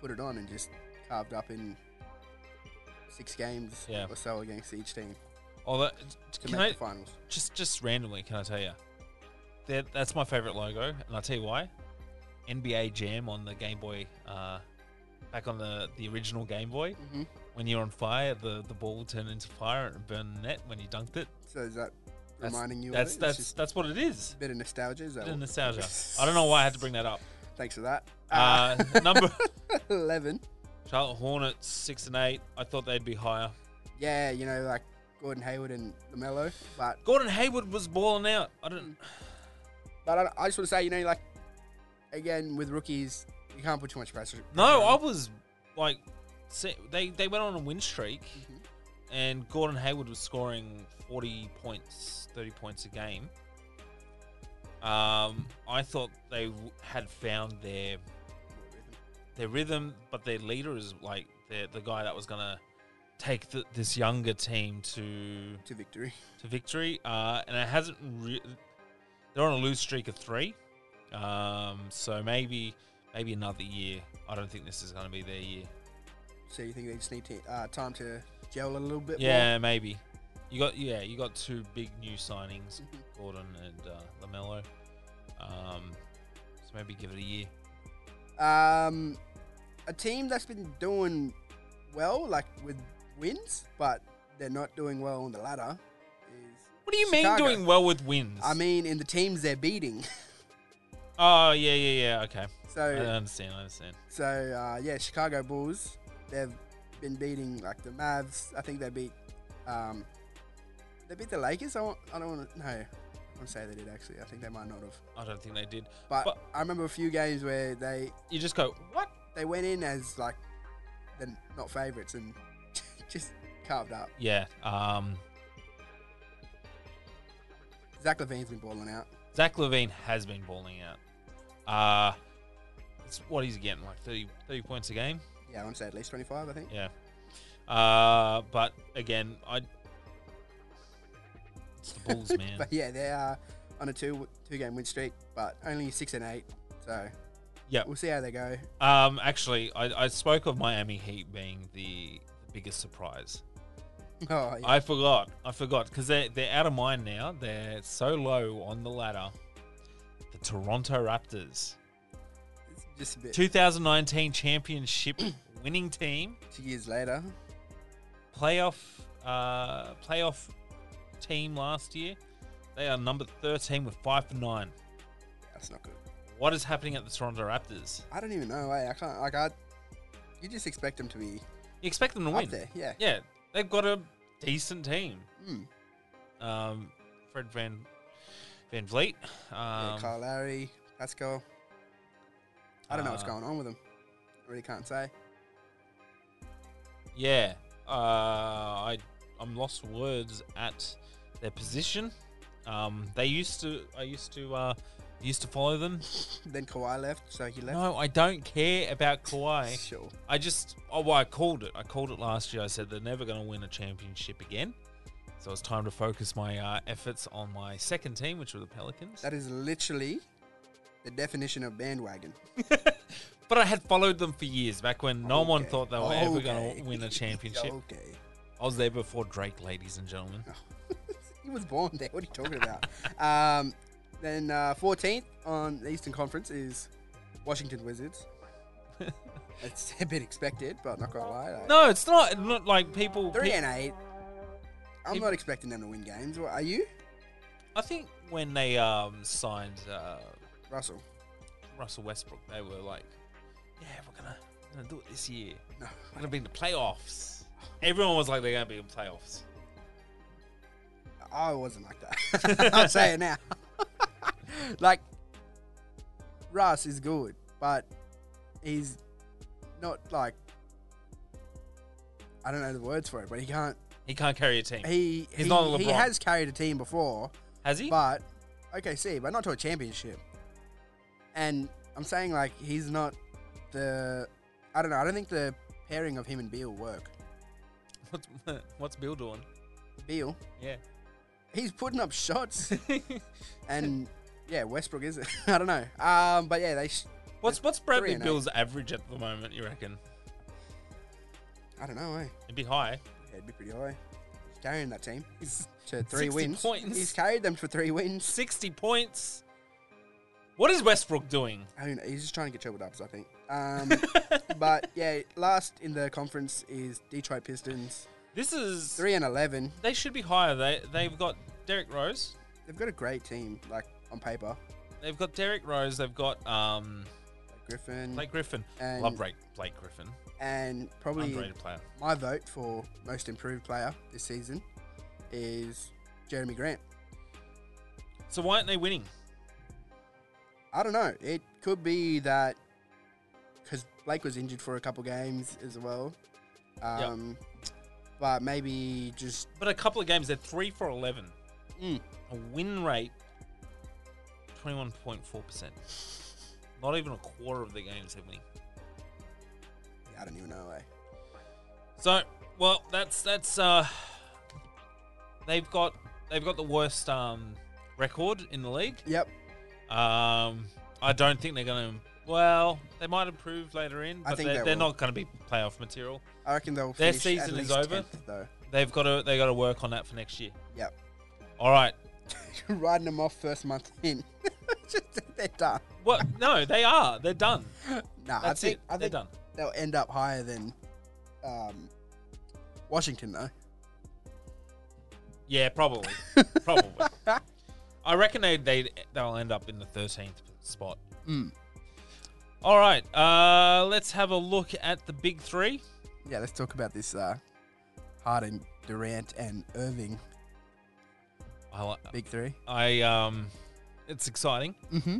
A: put it on and just carved up in six games
B: Yeah.
A: or so against each team
B: Although,
A: to
B: can
A: make
B: I
A: the finals.
B: just just randomly? Can I tell you? That that's my favorite logo, and I'll tell you why. NBA Jam on the Game Boy, uh, back on the the original Game Boy.
A: hmm
B: When you're on fire, the the ball will turn into fire and burn the net when you dunked it.
A: So is that
B: That's-
A: reminding you?
B: That's
A: of it?
B: that's
A: it's just
B: that's what it is.
A: a bit of nostalgia. Is that
B: Bit of
A: what-
B: nostalgia. I don't know why I had to bring that up.
A: Thanks for that. Ah.
B: Uh, number
A: eleven.
B: Charlotte Hornets six and eight. I thought they'd be higher.
A: Yeah, you know like Gordon Hayward and Lamelo, but
B: Gordon Hayward was balling out. I don't.
A: But I, I just want to say, you know, like again with rookies, you can't put too much pressure.
B: No, I
A: pressure
B: was like, se- they they went on a win streak,
A: Mhm.
B: and Gordon Hayward was scoring forty points, thirty points a game. Um, I thought they w- had found their their rhythm, but their leader is like the the guy that was gonna take th this younger team to
A: to victory.
B: to victory. Uh, and it hasn't. Re- they're on a lose streak of three, Um, so maybe maybe another year. I don't think this is going to be their year.
A: So you think they just need to, uh, time to gel a little bit more?
B: Yeah, maybe. You got yeah, you got two big new signings,
A: Mhm.
B: Gordon and uh, Lamelo. Um, so maybe give it a year.
A: Um, a team that's been doing well, like with wins, but they're not doing well on the ladder. Is
B: What do you
A: Chicago.
B: mean doing well with wins?
A: I mean, in the teams they're beating.
B: oh yeah, yeah, yeah. Okay,
A: so
B: I understand. I understand.
A: so uh, yeah, Chicago Bulls. They've been beating like the Mavs. I think they beat. Um, they beat the Lakers. I, want, I don't want to. No, I want to say they did actually. I think they might not have.
B: I don't think they did.
A: But,
B: But-
A: I remember a few games where they
B: You just go what?
A: they went in as like the not favorites and just carved up.
B: Yeah. Um,
A: Zach Levine's been balling out.
B: Zach Levine has been balling out. Uh it's what he's getting like 30, 30 points a game.
A: Yeah, I want to say at least 25, I think.
B: Yeah. Uh, but again, I. It's the Bulls, man.
A: But yeah, they are on a two two game win streak, but only six and eight. So
B: Yeah.
A: we'll see how they go.
B: Um, actually, I, I spoke of Miami Heat being the, the biggest surprise.
A: Oh, yeah.
B: I forgot. I forgot because they're, they're out of mind now. They're so low on the ladder. The Toronto Raptors,
A: it's just a bit.
B: 2019 championship winning team,
A: Two years later,
B: playoff uh, playoff team last year. They are number 13 with five for nine.
A: that's not good.
B: What is happening at the Toronto Raptors?
A: I don't even know. eh? I can't. Like I, you just expect them to be
B: You expect them to
A: up
B: win.
A: there. Yeah.
B: Yeah, they've got a decent team.
A: Mm.
B: Um, Fred Van Van Vliet.
A: yeah
B: Um,
A: Kyle Lowry, Pascal. I don't know what's
B: uh,
A: going on with them. I really can't say.
B: yeah. Uh, I I'm lost for words at their position. Um, they used to. I used to. Uh, used to follow them.
A: Then Kawhi left, so he left.
B: No, I don't care about Kawhi.
A: Sure.
B: I just oh well, I called it. I called it last year. I said they're never going to win a championship again. So it's time to focus my uh, efforts on my second team, which were the Pelicans.
A: That is literally the definition of bandwagon.
B: But I had followed them for years back when no one
A: Okay.
B: thought they were ever going
A: Okay.
B: to win a championship.
A: okay.
B: I was there before Drake, ladies and gentlemen.
A: He was born there. What are you talking about? um, then uh, 14th on the Eastern Conference is Washington Wizards. it's a bit expected, but not gonna lie. like,
B: No, it's not. Not like people.
A: Three
B: pe-
A: and eight. I'm not expecting them to win games. What, are you,
B: I think when they um, signed uh,
A: Russell?
B: Russell Westbrook, they were like, "Yeah, we're gonna, we're gonna do it this year.
A: No.
B: We're gonna be in the playoffs." Everyone was like, "They're gonna be in playoffs."
A: I wasn't like that. I'll say it now. like, Russ is good, but he's not like. I don't know the words for it, but he can't.
B: He can't carry a team,
A: He
B: He's
A: he,
B: not a
A: he
B: LeBron.
A: has carried a team before,
B: has he?
A: but OKC, but not to a championship. And I'm saying like he's not the. I don't know. I don't think the pairing of him and Beal work.
B: What's, what's Bill doing?
A: Beal,
B: Yeah.
A: he's putting up shots. and yeah, Westbrook is it? I don't know. Um, but yeah, they. Sh-
B: what's what's
A: Three
B: Bradley
A: and eight.
B: Bill's average at the moment? You reckon?
A: I don't know. Eh?
B: It'd be high.
A: Yeah, it'd be pretty high. He's carrying that team
B: He's
A: to three
B: 60
A: wins.
B: points.
A: He's carried them for three wins.
B: 60 points. What is Westbrook doing?
A: I mean, he's just trying to get triple dubs, I think. Um, but yeah, last in the conference is Detroit Pistons,
B: This is
A: three and eleven.
B: they should be higher. They they've got Derek Rose.
A: They've got a great team, like on paper.
B: They've got Derek Rose. They've got um
A: Like Griffin
B: Blake Griffin.
A: And-
B: Love Blake Blake Griffin.
A: and probably
B: Underrated player.
A: my vote for most improved player this season is Jeremy Grant.
B: So why aren't they winning?
A: I don't know. It could be that because Blake was injured for a couple games as well. Um, But maybe just
B: But a couple of games, they're three for eleven.
A: Mm.
B: A win rate twenty one point four percent. Not even a quarter of the games they're winning.
A: I don't even know. Eh?
B: So, well, that's that's uh, they've got they've got the worst um record in the league.
A: Yep.
B: Um, I I don't think they're going to. Well, they might improve later in, but
A: think
B: they're,
A: they
B: they're
A: will.
B: not going to be playoff material.
A: I reckon they'll
B: Their
A: finish at
B: season is
A: least
B: over.
A: 10th, though.
B: They've got to they got to work on that for next year.
A: Yep.
B: All right.
A: Riding them off first month in. Just think they're done.
B: What? No, they are. They're done.
A: Nah,
B: That's
A: I think
B: it.
A: I
B: they're
A: think
B: done.
A: they'll end up higher than um, Washington though.
B: Yeah, probably. probably. I reckon they they they'll end up in the thirteenth spot.
A: Mm.
B: All right. Uh, let's have a look at the big three.
A: Yeah, let's talk about this uh, Harden, Durant, and Irving
B: I li-
A: big three.
B: I um, it's exciting.
A: Mm-hmm.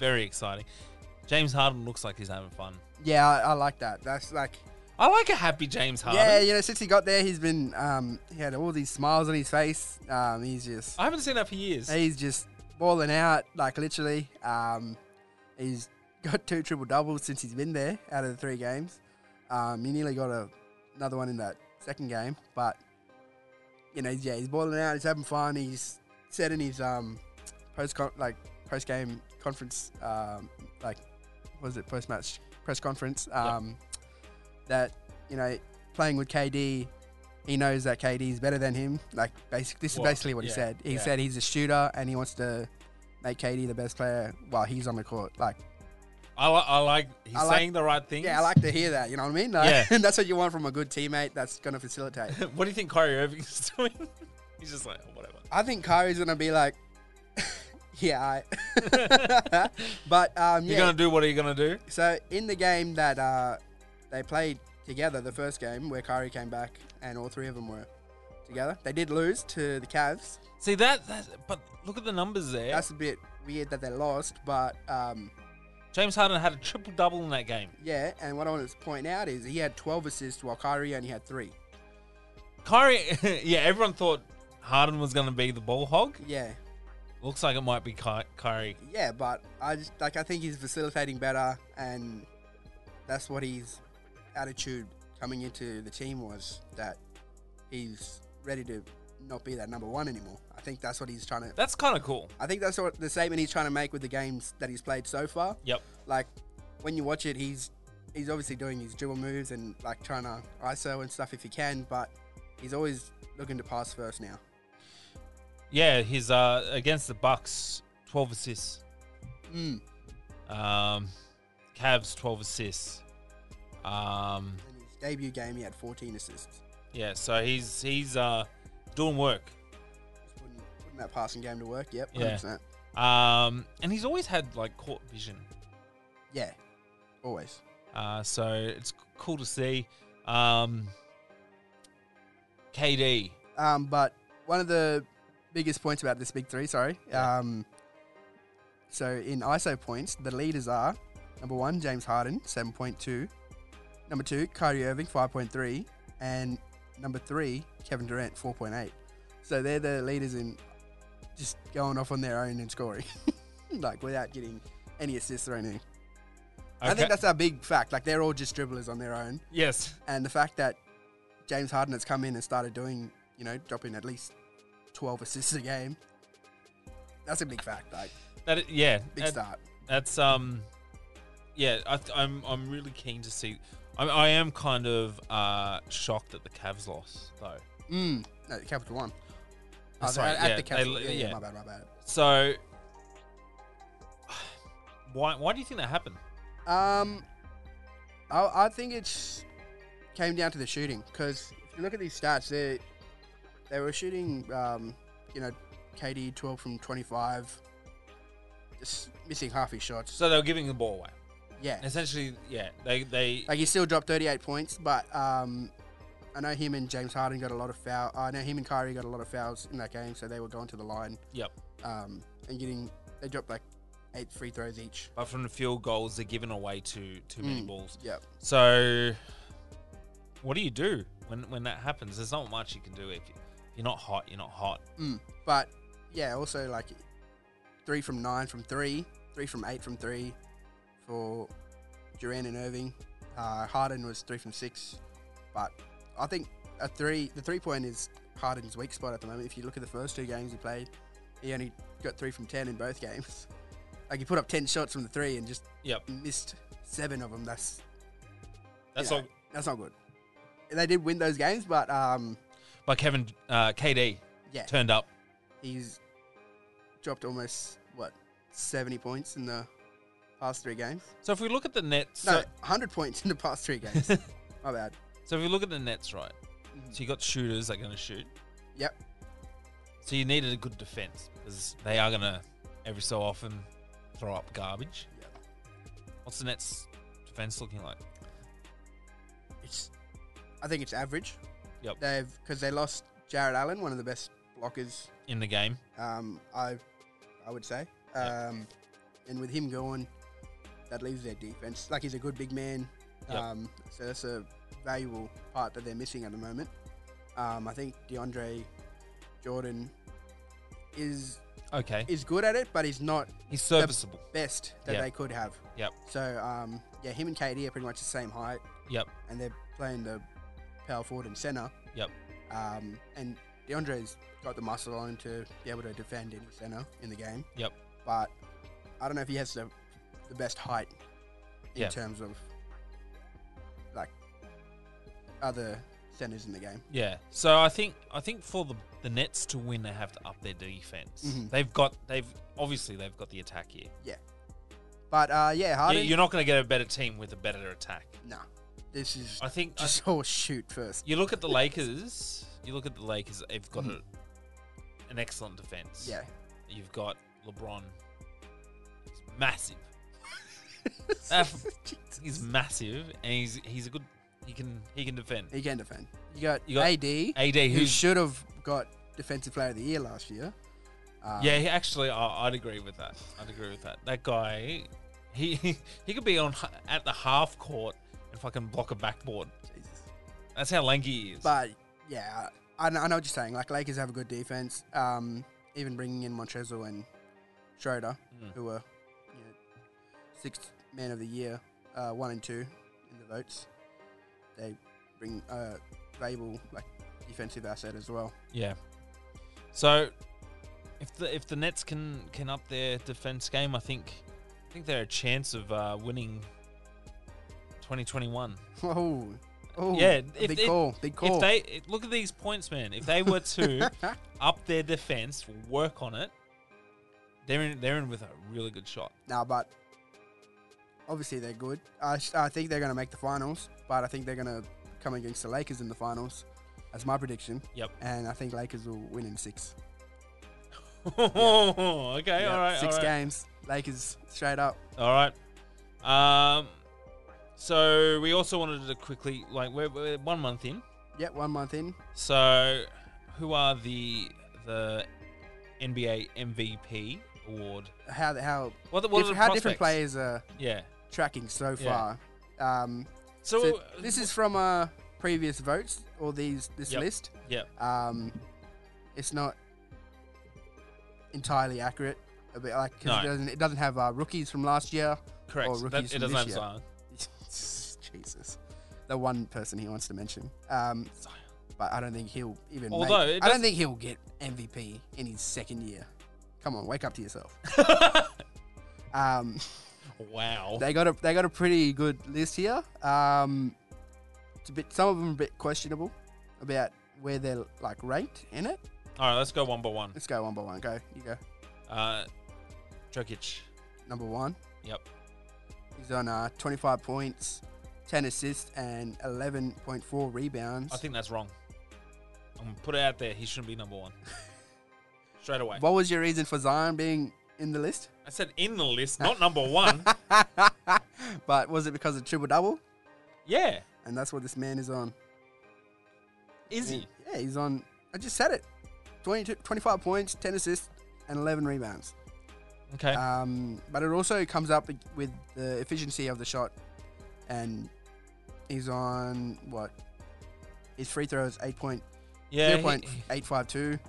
B: Very exciting. James Harden looks like he's having fun.
A: Yeah, I, I like that. That's like
B: I like a happy James Harden.
A: yeah, you know, since he got there, he's been um, he had all these smiles on his face. Um, he's just
B: I haven't seen that for years.
A: he's just balling out like literally. Um, he's got two triple doubles since he's been there out of the three games. Um, he nearly got a, another one in that second game, but you know, yeah, he's balling out. He's having fun. He's said in his um, post con- like post game conference, um, like what was it post match press conference um, that you know playing with KD. He knows that KD is better than him. Like, basic. This
B: Well,
A: is basically what he
B: yeah,
A: said. He
B: yeah.
A: said he's a shooter and he wants to make KD the best player while he's on the court. Like,
B: I, li- I like he's
A: I like-
B: saying the right things.
A: yeah, I like to hear that. You know what I mean? Like,
B: Yeah.
A: and that's what you want from a good teammate that's going to facilitate.
B: what do you think Kyrie Irving's doing? he's just like "Oh, whatever.
A: I think Kyrie's going to be like, yeah, I. but um,
B: You're
A: yeah.
B: gonna do what are you gonna do?
A: so in the game that uh, they played together, the first game where Kyrie came back and all three of them were together, they did lose to the Cavs.
B: See that? That's, but look at the numbers there.
A: That's a bit weird that they lost, but um,
B: James Harden had a triple double in that game.
A: Yeah, and what I want to point out is he had 12 assists while Kyrie only had three.
B: Kyrie, yeah, everyone thought Harden was gonna be the ball hog.
A: Yeah,
B: Looks like it might be Ky- Kyrie.
A: yeah, but I just like I think he's facilitating better, and that's what his attitude coming into the team was that he's ready to not be that number one anymore. I think that's what he's trying to.
B: That's kind of cool.
A: I think that's what the statement he's trying to make with the games that he's played so far.
B: Yep.
A: Like when you watch it, he's he's obviously doing his dribble moves and like trying to ISO and stuff if he can, but he's always looking to pass first now.
B: Yeah, he's uh against the Bucks, twelve assists.
A: Mm.
B: Um, Cavs, twelve assists. Um,
A: In his debut game, he had 14 assists.
B: yeah, so he's he's uh doing work.
A: Just putting, putting that passing game to work. Yep,
B: Yeah.
A: 100%.
B: Um, and he's always had like court vision.
A: Yeah, always.
B: Uh, so it's c- cool to see. Um, KD,
A: Um, but one of the biggest points about this big three, sorry.
B: Yeah.
A: Um, so in ISO points, the leaders are number one, James Harden, 7.2. Number two, Kyrie Irving, 5.3. And number three, Kevin Durant, 4.8. So they're the leaders in just going off on their own and scoring, like without getting any assists or anything. I
B: Okay.
A: think that's our big fact. Like they're all just dribblers on their own,
B: yes,
A: and the fact that James Harden has come in and started doing, you know, dropping at least twelve assists a game. That's a big fact. Like
B: that i- yeah,
A: big
B: that-
A: start.
B: that's um, yeah. I, th- I'm I'm really keen to see. I, I am kind of uh shocked that the Cavs lost though.
A: Mm. No, Capital One. Oh,
B: Sorry,
A: at, at
B: yeah,
A: the
B: they-
A: Capital. yeah, yeah,
B: yeah.
A: my bad, my bad.
B: So why why do you think that happened?
A: Um, I, I think it's came down to the shooting because if you look at these stats, they they were shooting, um, you know, KD twelve from twenty five, just missing half his shots.
B: So they were giving the ball away.
A: Yeah.
B: Essentially, yeah. They they
A: Like he still dropped 38 points, but um, I know him and James Harden got a lot of foul. I know him and Kyrie got a lot of fouls in that game, so they were going to the line
B: yep.
A: um, and getting. They dropped like eight free throws each.
B: But from the field goals, they're giving away too too many
A: Mm.
B: balls.
A: Yep.
B: So what do you do when when that happens? There's not much you can do if you- if you're not hot. You're not hot.
A: Mm, But yeah, also like three from nine from three, three from eight from three for Duran and Irving. Uh, Harden was three from six, but I think a three, the three point is Harden's weak spot at the moment. If you look at the first two games he played, he only got three from ten in both games. Like he put up ten shots from the three and just
B: Yep.
A: missed seven of them. That's
B: That's
A: Yeah.
B: all.
A: that's not good. They did win those games, but um,
B: But Kevin uh, KD
A: yeah,
B: turned up.
A: he's dropped almost what seventy points in the past three games.
B: So if we look at the Nets,
A: No,
B: so-
A: hundred points in the past three games. My bad.
B: So if you look at the Nets, right? So you got shooters that are going to shoot.
A: Yep.
B: So you needed a good defense because they are going to every so often throw up garbage.
A: Yep.
B: What's the Nets defense looking like?
A: It's, I think it's average.
B: Yep.
A: They've because they lost Jared Allen, one of the best blockers
B: In the game,
A: um, I I would say.
B: Yeah.
A: Um, And with him going, that leaves their defense. Like he's a good big man.
B: Yep.
A: Um, so that's a valuable part that they're missing at the moment. Um, I think DeAndre Jordan is
B: okay,
A: is good at it, but he's not
B: he's serviceable.
A: best that
B: Yeah.
A: they could have.
B: Yep.
A: So um, yeah, him and KD are pretty much the same height.
B: Yep.
A: And they're playing the power forward and center.
B: Yep.
A: Um, and DeAndre's got the muscle on him to be able to defend any center in the game.
B: Yep.
A: But I don't know if he has the, the best height in
B: Yeah.
A: terms of like other centers in the game.
B: Yeah. So I think I think for the the Nets to win, they have to up their defense.
A: Mhm.
B: They've got they've obviously they've got the attack here.
A: But uh, yeah,
B: You-
A: Harden.
B: You're not going to get a better team with a better attack.
A: nah, this is
B: I think I
A: just horse shoot first.
B: You look at the Lakers. You look at the Lakers. They've got
A: Mhm.
B: a, an excellent defense.
A: Mm-hmm. Yeah.
B: You've got LeBron. He's massive. Uh, He's massive, and he's he's a good. He can he can defend.
A: He can defend. You got,
B: You got
A: AD,
B: AD,
A: who
B: who's
A: should have got Defensive Player of the Year last year. Um,
B: yeah, he actually, I, I'd agree with that. I'd agree with that. That guy, he he could be on h- at the half court and fucking block a backboard.
A: Jesus.
B: That's how lanky he is.
A: But yeah, I, I know what you're saying. Like Lakers have a good defense. Um, even bringing in Montrezl and Schroeder,
B: Mm.
A: who were you know, sixth man of the year, uh, one and two in the votes. They bring uh, valuable like defensive asset as well.
B: Yeah. So if the if the Nets can can up their defense game, I think I think they're a chance of uh, winning 2021.
A: Oh, oh,
B: Yeah, if
A: big
B: they-
A: call, big call.
B: If they it- look at these points, man. If they were to up their defense, work on it, they're in they're in with a really good shot.
A: Nah, but obviously they're good. I, s- I think they're going to make the finals, but I think they're going to come against the Lakers in the finals. That's my prediction.
B: Yep.
A: And I think Lakers will win in six.
B: okay,
A: Yeah,
B: all right,
A: six
B: all right,
A: games. Lakers straight up.
B: all right. Um, so we also wanted to quickly like we're, we're one month in.
A: Yeah, one month in.
B: So, who are the the NBA MVP award?
A: How how
B: What, the- what
A: diff-
B: are the
A: how different
B: prospects?
A: players are
B: Yeah.
A: tracking so
B: Yeah.
A: far. Um,
B: So,
A: so this is from uh, previous votes or these this
B: Yep.
A: list.
B: yeah.
A: Um, it's not entirely accurate. A bit like 'cause
B: No.
A: it doesn't it doesn't have uh, rookies from last year.
B: Correct.
A: or
B: That-
A: rookies from
B: it doesn't have
A: this
B: Zion.
A: Jesus. The one person he wants to mention. Um,
B: Zion.
A: but I don't think he'll even.
B: Although
A: make,
B: it
A: I
B: does-
A: don't think he'll get MVP in his second year. Come on, wake up to yourself. um,
B: Wow.
A: they got a they got a pretty good list here. Um, it's a bit some of them are a bit questionable about where they're like ranked in it.
B: All right, let's go one by one.
A: Let's go one by one. Go you go.
B: Uh, Jokic.
A: Number one.
B: Yep.
A: He's on uh, 25 points, 10 assists, and 11.4 rebounds.
B: I think that's wrong. I'm gonna put it out there. He shouldn't be number one. Straight away.
A: What was your reason for Zion being in the list?
B: I said in the list, not number one.
A: but was it because of triple double?
B: yeah.
A: And that's what this man is on.
B: Is he?
A: Yeah, he's on. I just said it. 22, 25 points, 10 assists, and 11 rebounds.
B: Okay.
A: Um, but it also comes up with the efficiency of the shot. And he's on what? His free throw is 8.0.852.
B: yeah. He, he is-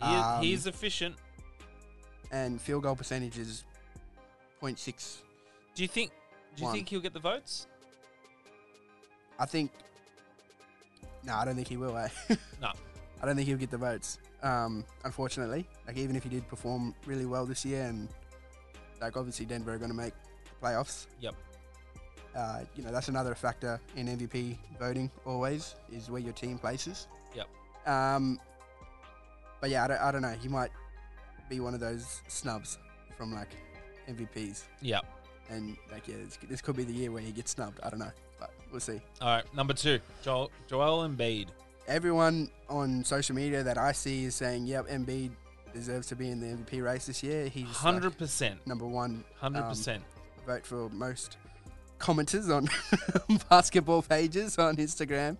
A: Um,
B: he is efficient.
A: and field goal percentage is 0.6.
B: Do you think? Do you
A: One.
B: think he'll get the votes?
A: I think. No, I don't think he will. Eh?
B: No.
A: I don't think he'll get the votes. Um, unfortunately, like even if he did perform really well this year and Like obviously Denver are going to make the playoffs.
B: Yep.
A: Uh, you know that's another factor in MVP voting. Always is where your team places. Yep. Um, but yeah, I don't, I don't know. He might be one of those snubs from like MVPs,
B: Yep.
A: and like yeah, this, this could be the year where he gets snubbed. I don't know, but we'll see.
B: All right, number two, Joel Joel Embiid.
A: everyone on social media that I see is saying, "Yep, Embiid deserves to be in the MVP race this year. He's like,
B: Hundred percent,
A: number one
B: hundred percent.
A: vote for most commenters on basketball pages on Instagram."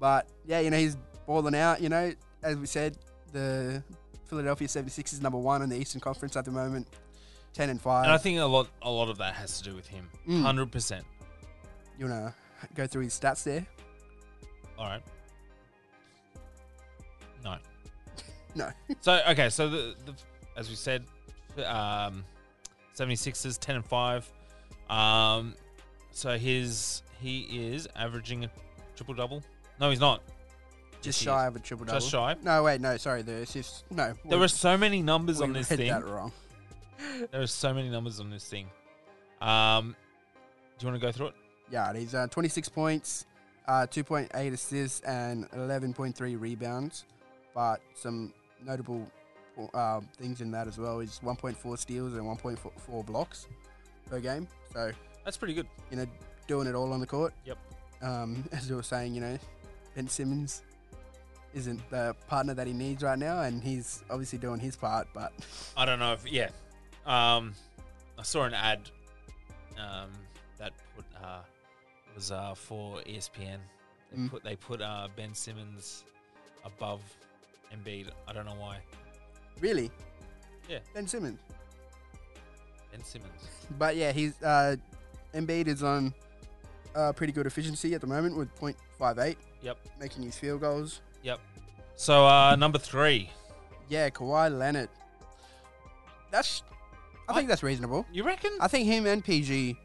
A: But yeah, you know he's balling out. You know, as we said, the Philadelphia 76 is number one in the Eastern Conference at the moment, ten and five.
B: And I think a lot a lot of that has to do with him.
A: Mm.
B: Hundred percent.
A: you wanna go through his stats there?
B: All right. No.
A: No.
B: So okay, so the, the as we said, um, 76ers 10 and 5. Um, so his he is averaging a triple double. No, he's not.
A: Just
B: he
A: shy of a triple
B: is.
A: double.
B: Just shy.
A: No, wait, no, sorry. The assists. No,
B: There
A: we-
B: are so many numbers
A: we
B: on this
A: read
B: thing.
A: that wrong.
B: There are so many numbers on this thing. Um, do you want to go through it?
A: Yeah, and he's uh, 26 points, uh, 2.8 assists, and 11.3 rebounds. But some notable uh, things in that as well is 1.4 steals and 1.4 blocks per game. So,
B: That's pretty good.
A: you know, doing it all on the court.
B: Yep.
A: Um, as we were saying, you know, Ben Simmons isn't the partner that he needs right now, and he's obviously doing his part, but
B: I don't know if yeah. Um, I saw an ad um, that put uh, was uh, for ESPN. They
A: Mm.
B: put they put uh, Ben Simmons above Embiid. I don't know why.
A: really.
B: Yeah.
A: Ben Simmons.
B: Ben Simmons.
A: But yeah, he's uh, Embiid is on uh, pretty good efficiency at the moment with 0.58.
B: Yep.
A: Making his field goals.
B: So uh, number three,
A: Yeah, Kawhi Leonard. That's, I think that's reasonable.
B: you reckon?
A: I think him and PG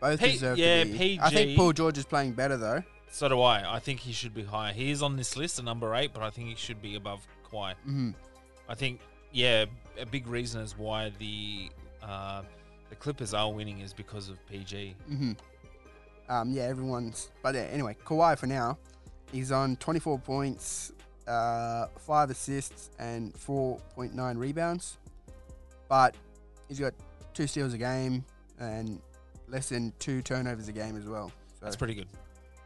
A: both
B: P-
A: deserve
B: yeah,
A: to be. I think
B: PG.
A: Paul George is playing better though.
B: so do I. I think he should be higher. He is on this list at number eight, but I think he should be above Kawhi.
A: hmm
B: I think yeah, a big reason is why the uh, the Clippers are winning is because of PG.
A: hmm Um, yeah, everyone's. But yeah, anyway, Kawhi for now, he's on 24 points, uh, five assists, and 4.9 rebounds. But he's got two steals a game and less than two turnovers a game as well. So
B: That's pretty good.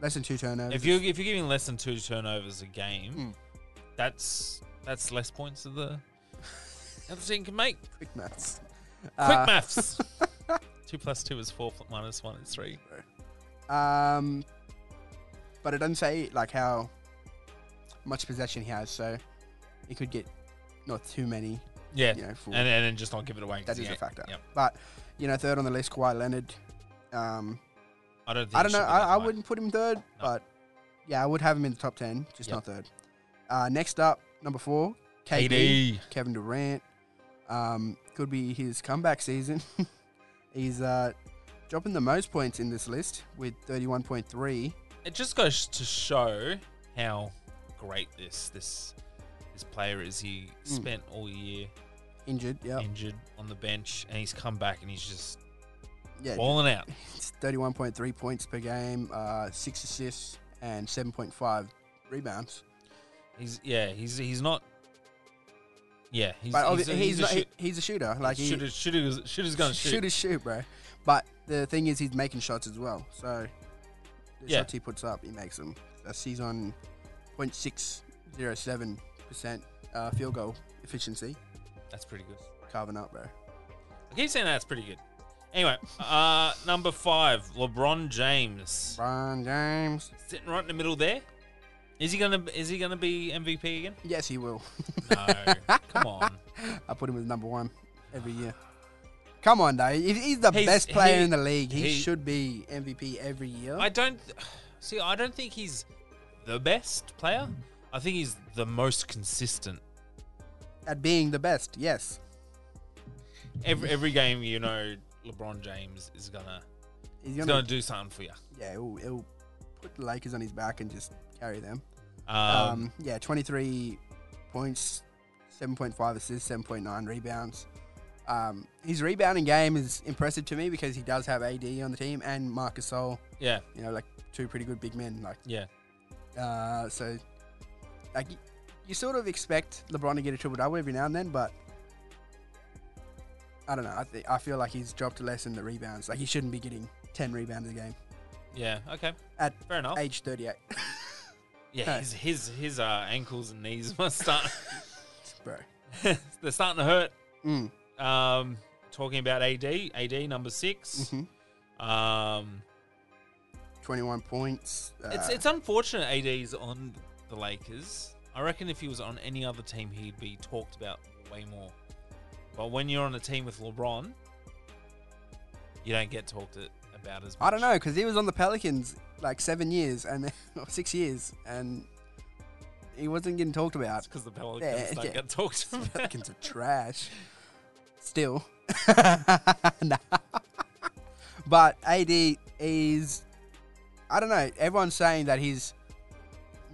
A: less than two turnovers.
B: If you if you're giving less than two turnovers a game,
A: Mm.
B: that's that's less points of the other team can make.
A: quick maths.
B: Quick
A: Uh,
B: maths. two plus two is four. pl- Minus one is three.
A: Um, but it doesn't say like how much possession he has, so he could get not too many.
B: Yeah,
A: You know, for
B: and and then just not give it away. 'cause
A: That is
B: yeah,
A: a factor.
B: Yep.
A: But you know, third on the list, Kawhi Leonard. Um,
B: I don't. Think
A: I
B: it
A: don't know.
B: should be that
A: I, I
B: high.
A: wouldn't put him third, but yeah, I would have him in the top ten, just
B: Yep.
A: not third. Uh, next up, number four, KD,
B: KD.
A: Kevin Durant. Um, could be his comeback season. He's uh, dropping the most points in this list with thirty-one point three.
B: It just goes to show how great this this this player is. He
A: Mm.
B: spent all year
A: Injured, yeah,
B: injured on the bench, and he's come back and he's just
A: Oh. yeah,
B: balling out.
A: it's thirty-one point three points per game, uh, six assists, and seven point five rebounds.
B: He's yeah. He's he's not. Yeah, he's
A: but
B: he's,
A: obvi-
B: a-
A: he's,
B: he's a
A: not,
B: shoot-
A: he- he's a shooter. Like he,
B: shooter, shooter, shooter's gonna shoot.
A: Shoot is shoot, bro. But the thing is, he's making shots as well. So the
B: Yeah.
A: shots he puts up, he makes them. That's he's on 0.607 percent uh, field goal efficiency,
B: That's pretty good.
A: carving up, bro.
B: I keep saying that's pretty good. Anyway, uh, number five, LeBron James,
A: Brian James.
B: sitting right in the middle there. Is he gonna is he gonna be MVP again?
A: Yes, he will.
B: No, come on.
A: I put him as number one every year. Come on, though. If he's the
B: He's-
A: best player
B: he-
A: in the league, he,
B: he-
A: should be MVP every year.
B: I don't see. I don't think he's the best player. I think he's the most consistent.
A: at being the best, yes.
B: Every every game, you know, LeBron James is gonna
A: He's
B: he's
A: gonna,
B: gonna do something for you.
A: yeah, he'll, he'll put the Lakers on his back and just carry them.
B: Um,
A: Um, yeah, 23 points, 7.5 assists, 7.9 rebounds. Um, his rebounding game is impressive to me because he does have AD on the team and Marcus Sol,
B: Yeah,
A: you know, like two pretty good big men. Like,
B: yeah,
A: uh, so, like, y- you sort of expect LeBron to get a triple double every now and then, but I don't know. I, th- I feel like he's dropped less in the rebounds. Like, he shouldn't be getting 10 rebounds a game
B: yeah. Okay,
A: at
B: fair enough.
A: age 38.
B: Yeah, his his his uh, ankles and knees must start.
A: Bro.
B: they're starting to hurt.
A: Mm.
B: Um, talking about AD, AD number 6
A: hmm
B: Um,
A: 21 points. Uh,
B: it's it's unfortunate AD's on the Lakers. I reckon if he was on any other team, he'd be talked about way more. But when you're on a team with LeBron, you don't get talked a- about as much.
A: I don't know because he was on the Pelicans like seven years and then, or six years, and he wasn't getting talked
B: It's
A: about.
B: because the Pelicans
A: Yeah,
B: don't
A: yeah.
B: get talked about.
A: Pelicans are trash. Still, Nah. but AD is, I don't know. Everyone's saying that he's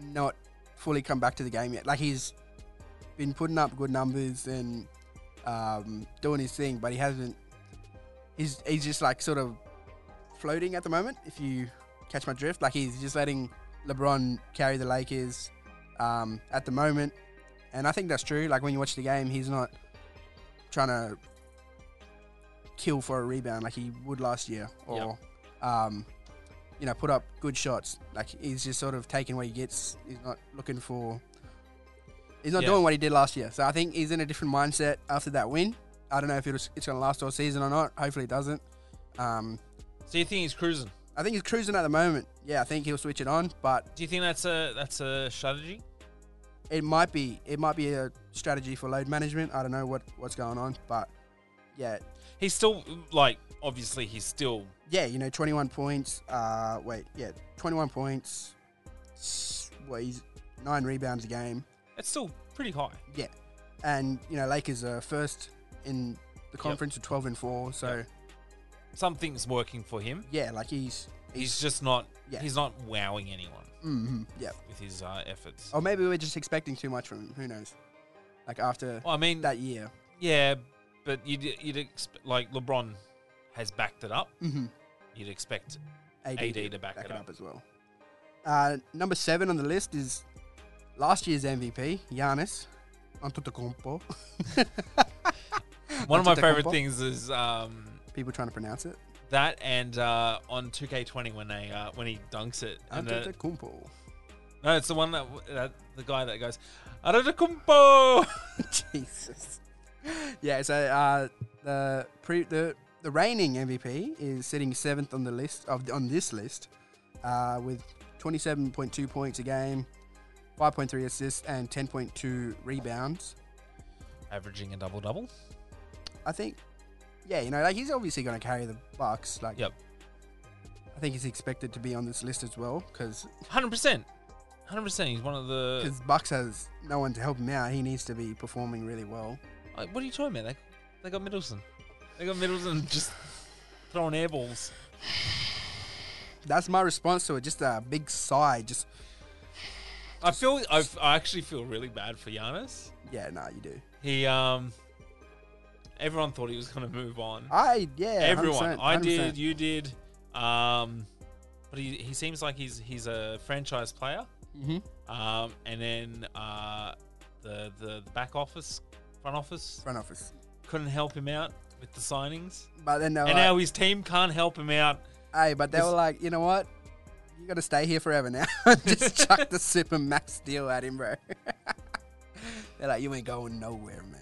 A: not fully come back to the game yet. Like he's been putting up good numbers and um, doing his thing, but he hasn't. He's he's just like sort of floating at the moment. If you catch my drift, like he's just letting LeBron carry the Lakers um, at the moment, and I think that's true. Like when you watch the game, he's not trying to kill for a rebound like he would last year, or um, you know, put up good shots. Like he's just sort of taking what he gets. He's not looking for. He's not
B: Yeah.
A: doing what he did last year. So I think he's in a different mindset after that win. I don't know if it's, it's going to last all season or not. Hopefully it doesn't. Um,
B: so you think he's cruising?
A: I think he's cruising at the moment. Yeah, I think he'll switch it on, but
B: Do you think that's a that's a strategy?
A: it might be it might be a strategy for load management. I don't know what what's going on, but yeah,
B: He's still like obviously he's still
A: yeah, you know, 21 points. Uh, wait, yeah, 21 points. S- What he's nine rebounds a game,
B: it's still pretty high.
A: and you know, Lakers are first in the conference with 12 and four. So
B: Something's working for him.
A: yeah, like he's
B: He's just not
A: Yeah.
B: he's not wowing anyone
A: mm-hmm, yeah.
B: with his uh, efforts.
A: Or maybe we're just expecting too much from him. Who knows? Like after
B: Well, I mean,
A: that year.
B: yeah, but you'd you'd expect like LeBron has backed it up.
A: Mm-hmm.
B: You'd expect
A: AD,
B: AD
A: did
B: to back it up.
A: as well. Uh, number seven on the list is last year's MVP, Giannis Antetokounmpo.
B: one of my
A: Antetokounmpo.
B: favorite things is um,
A: People trying to pronounce it.
B: that and uh, on 2K20 when they uh, when he dunks it. And uh, the-
A: Antetokounmpo.
B: no, it's the one that, that the guy that goes Antetokounmpo.
A: Jesus. Yeah, so uh, the pre the the reigning MVP is sitting seventh on the list of on this list, uh, with twenty seven point two points a game, five point three assists, and ten point two rebounds.
B: averaging a double double.
A: I think, yeah, you know, like he's obviously going to carry the Bucks. Like,
B: Yep.
A: I think he's expected to be on this list as well because
B: Hundred percent, hundred percent. He's one of the.
A: because Bucks has no one to help him out. He needs to be performing really well.
B: Uh, What are you talking about? They, they got Middleton. They got Middleton just throwing air balls.
A: That's my response to it. Just a big sigh. Just
B: I feel I, f- I actually feel really bad for Giannis.
A: yeah, nah, you do.
B: He um, everyone thought he was gonna move on.
A: I Oh, yeah. 100%,
B: everyone, I
A: 100%.
B: did, you did, um, but he, he seems like he's he's a franchise player.
A: Mhm.
B: Um, and then uh, the, the the back office, front office
A: Front office.
B: couldn't help him out with the signings,
A: But then they were
B: and
A: like,
B: now his team can't help him out.
A: hey, but they
B: this-
A: were like, you know what? You got to stay here forever now. Just chuck the super max deal at him, bro. They're like, you ain't going nowhere, man.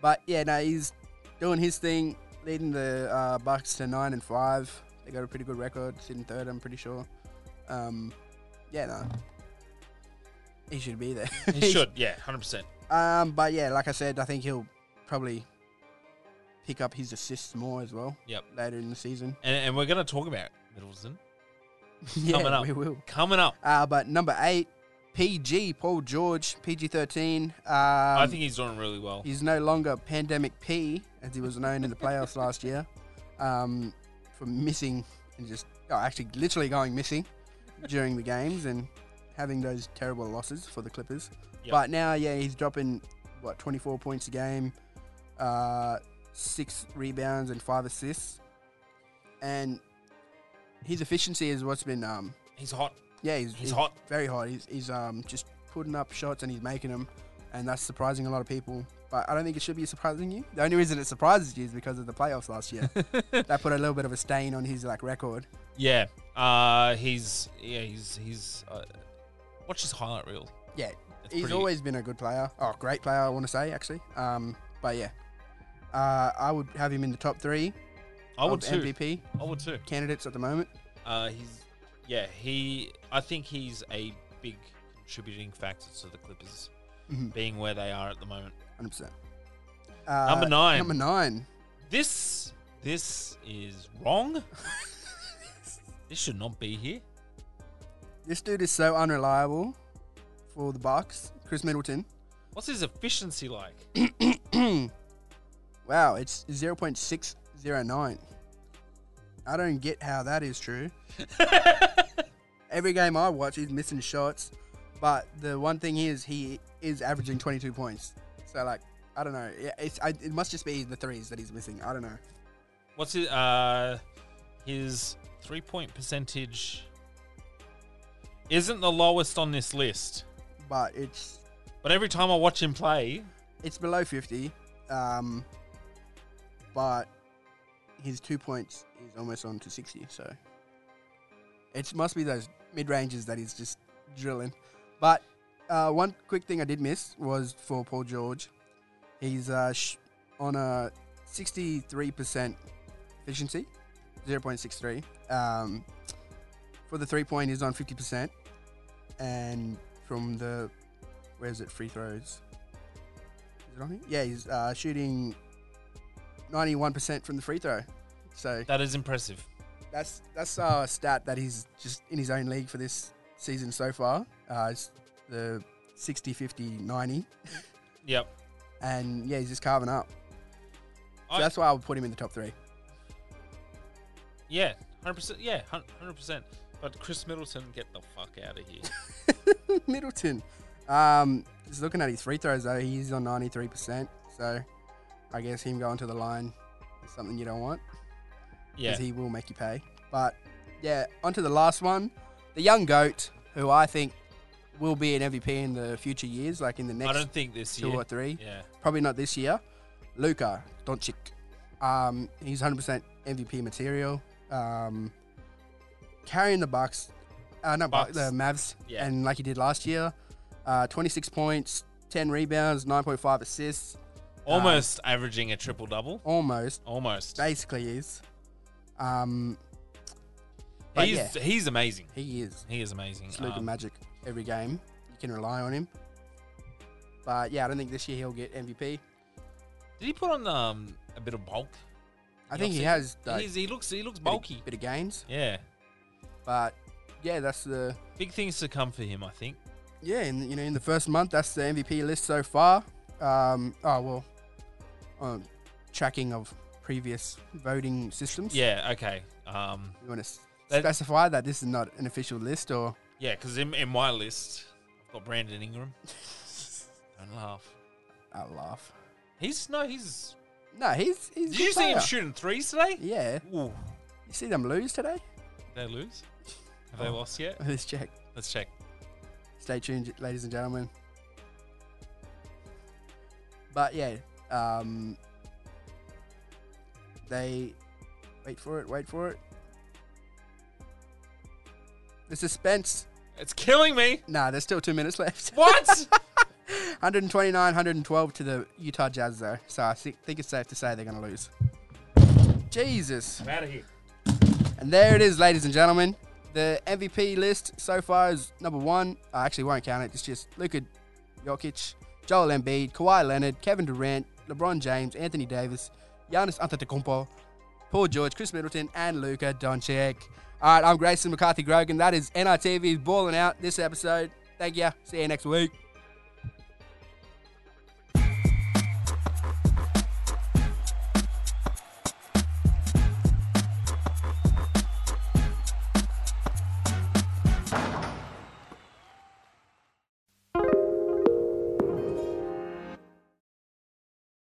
A: But yeah, no, he's doing his thing, leading the uh, Bucks to nine and five. They got a pretty good record, sitting third, I'm pretty sure. Um, yeah, no, he should be there.
B: He should, yeah, hundred percent.
A: Um, but yeah, like I said, I think he'll probably pick up his assists more as well.
B: Yep.
A: Later in the season.
B: And, and we're gonna talk about Middleton
A: yeah,
B: Coming up.
A: we will.
B: coming up.
A: Uh, but number eight, PG Paul George, PG thirteen. Um,
B: I think he's doing really well.
A: he's no longer Pandemic P as he was known in the playoffs last year, um, for missing and just oh, actually literally going missing during the games and having those terrible losses for the Clippers.
B: Yep.
A: But now, yeah, he's dropping what twenty four points a game, uh, six rebounds and five assists, and his efficiency is what's been um
B: He's hot.
A: yeah he's,
B: He's hot.
A: very hot. He's, he's um just putting up shots and he's making them, and that's surprising a lot of people. But I don't think it should be surprising you. The only reason it surprises you is because of the playoffs last year. that put a little bit of a stain on his like record.
B: Yeah. Uh, he's yeah he's he's. Uh, watch his highlight reel.
A: Yeah,
B: It's
A: he's
B: pretty-
A: always been a good player. Oh, great player, I want to say actually. Um, but yeah, uh, I would have him in the top three
B: I would
A: of
B: too.
A: MVP
B: I would too.
A: candidates at the moment.
B: Uh, he's yeah he. I think he's a big contributing factor to the Clippers
A: Mhm.
B: being where they are at the moment.
A: Hundred percent. Uh,
B: Number nine.
A: Number nine.
B: This this is wrong. this should not be here.
A: This dude is so unreliable for the Bucks. Chris Middleton.
B: What's his efficiency like?
A: wow, it's zero point six zero nine. I don't get how that is true. Every game I watch, he's missing shots, but the one thing is he is averaging twenty two points. So like, I don't know. Yeah, It's I, it must just be the threes that he's missing. I don't know.
B: What's his uh his three point percentage isn't the lowest on this list.
A: But it's
B: But every time I watch him play,
A: it's below 50 um, but his two points is almost on to 60 so it must be those mid ranges that he's just drilling but uh, one quick thing i did miss was for paul george he's uh, sh- on a 63% efficiency 0.63 um, for the three point he's on 50% and from the where is it free throws is it on here? Yeah, he's uh, shooting 91% from the free throw. So
B: that is impressive.
A: that's that's a stat that he's just in his own league for this season so far. Uh, it's the 60, 50, 90.
B: Yep.
A: And yeah, he's just carving up. So
B: I-
A: that's why I would put him in the top three.
B: Yeah, hundred percent. Yeah, hundred percent. But Chris Middleton, get the fuck out of here.
A: Middleton. Um, just looking at his free throws, though, he's on 93%. So I guess him going to the line is something you don't want.
B: Yeah,
A: because he will make you pay. But yeah, onto the last one, the young goat, who I think will be an MVP in the future years, like in the
B: I
A: next
B: don't think this
A: two
B: year.
A: or three,
B: Yeah,
A: probably not this year. Luca Doncic, um, he's 100% MVP material, um, carrying the Bucks, uh, not Bucks,
B: Bucks.
A: the Mavs,
B: Yeah.
A: and like he did last year, uh, 26 points, 10 rebounds, 9.5 assists,
B: almost averaging a triple double.
A: almost,
B: Almost.
A: basically is. Um, but
B: He's
A: yeah.
B: he's amazing.
A: he is.
B: He is amazing.
A: It's Luka
B: Um,
A: Magic every game. You can rely on him. But yeah, I don't think this year he'll get MVP.
B: did he put on um, a bit of bulk?
A: I think he
B: Obviously,
A: has like,
B: He's,
A: bit
B: he looks he looks
A: of-
B: bulky.
A: bit of gains,
B: Yeah,
A: but yeah, that's the
B: big things to come for him. I think.
A: yeah. In you know, in the first month, that's the MVP list so far. Um, oh well, um, tracking of previous voting systems.
B: Yeah. Okay. Um.
A: you want to
B: That-
A: specify that this is not an official list, or
B: Yeah, because in, in my list, I've got Brandon Ingram. Don't laugh.
A: I laugh.
B: He's no. He's.
A: No, he's he's. a good
B: Did you see him
A: player.
B: shooting threes today?
A: Yeah,
B: Ooh.
A: you see them lose today.
B: Did they lose? Have they
A: Oh.
B: lost yet?
A: Let's check.
B: Let's check.
A: Stay tuned, ladies and gentlemen. But yeah, um, they wait for it, wait for it. The suspense.
B: It's killing me.
A: Nah, there's still two minutes left.
B: What?
A: 129, 112 to the Utah Jazz, though. So I thi- think it's safe to say they're going to lose. Jesus.
B: I'm out of here.
A: And there it is, ladies and gentlemen. The MVP list so far is number one. I actually won't count it. It's just Luka Jokic, Joel Embiid, Kawhi Leonard, Kevin Durant, LeBron James, Anthony Davis, Giannis Antetokounmpo, Paul George, Chris Middleton, and Luka Doncic. All right, I'm Grayson McCarthy Grogan. That is NITV's Balling Out this episode. Thank you. See you next week.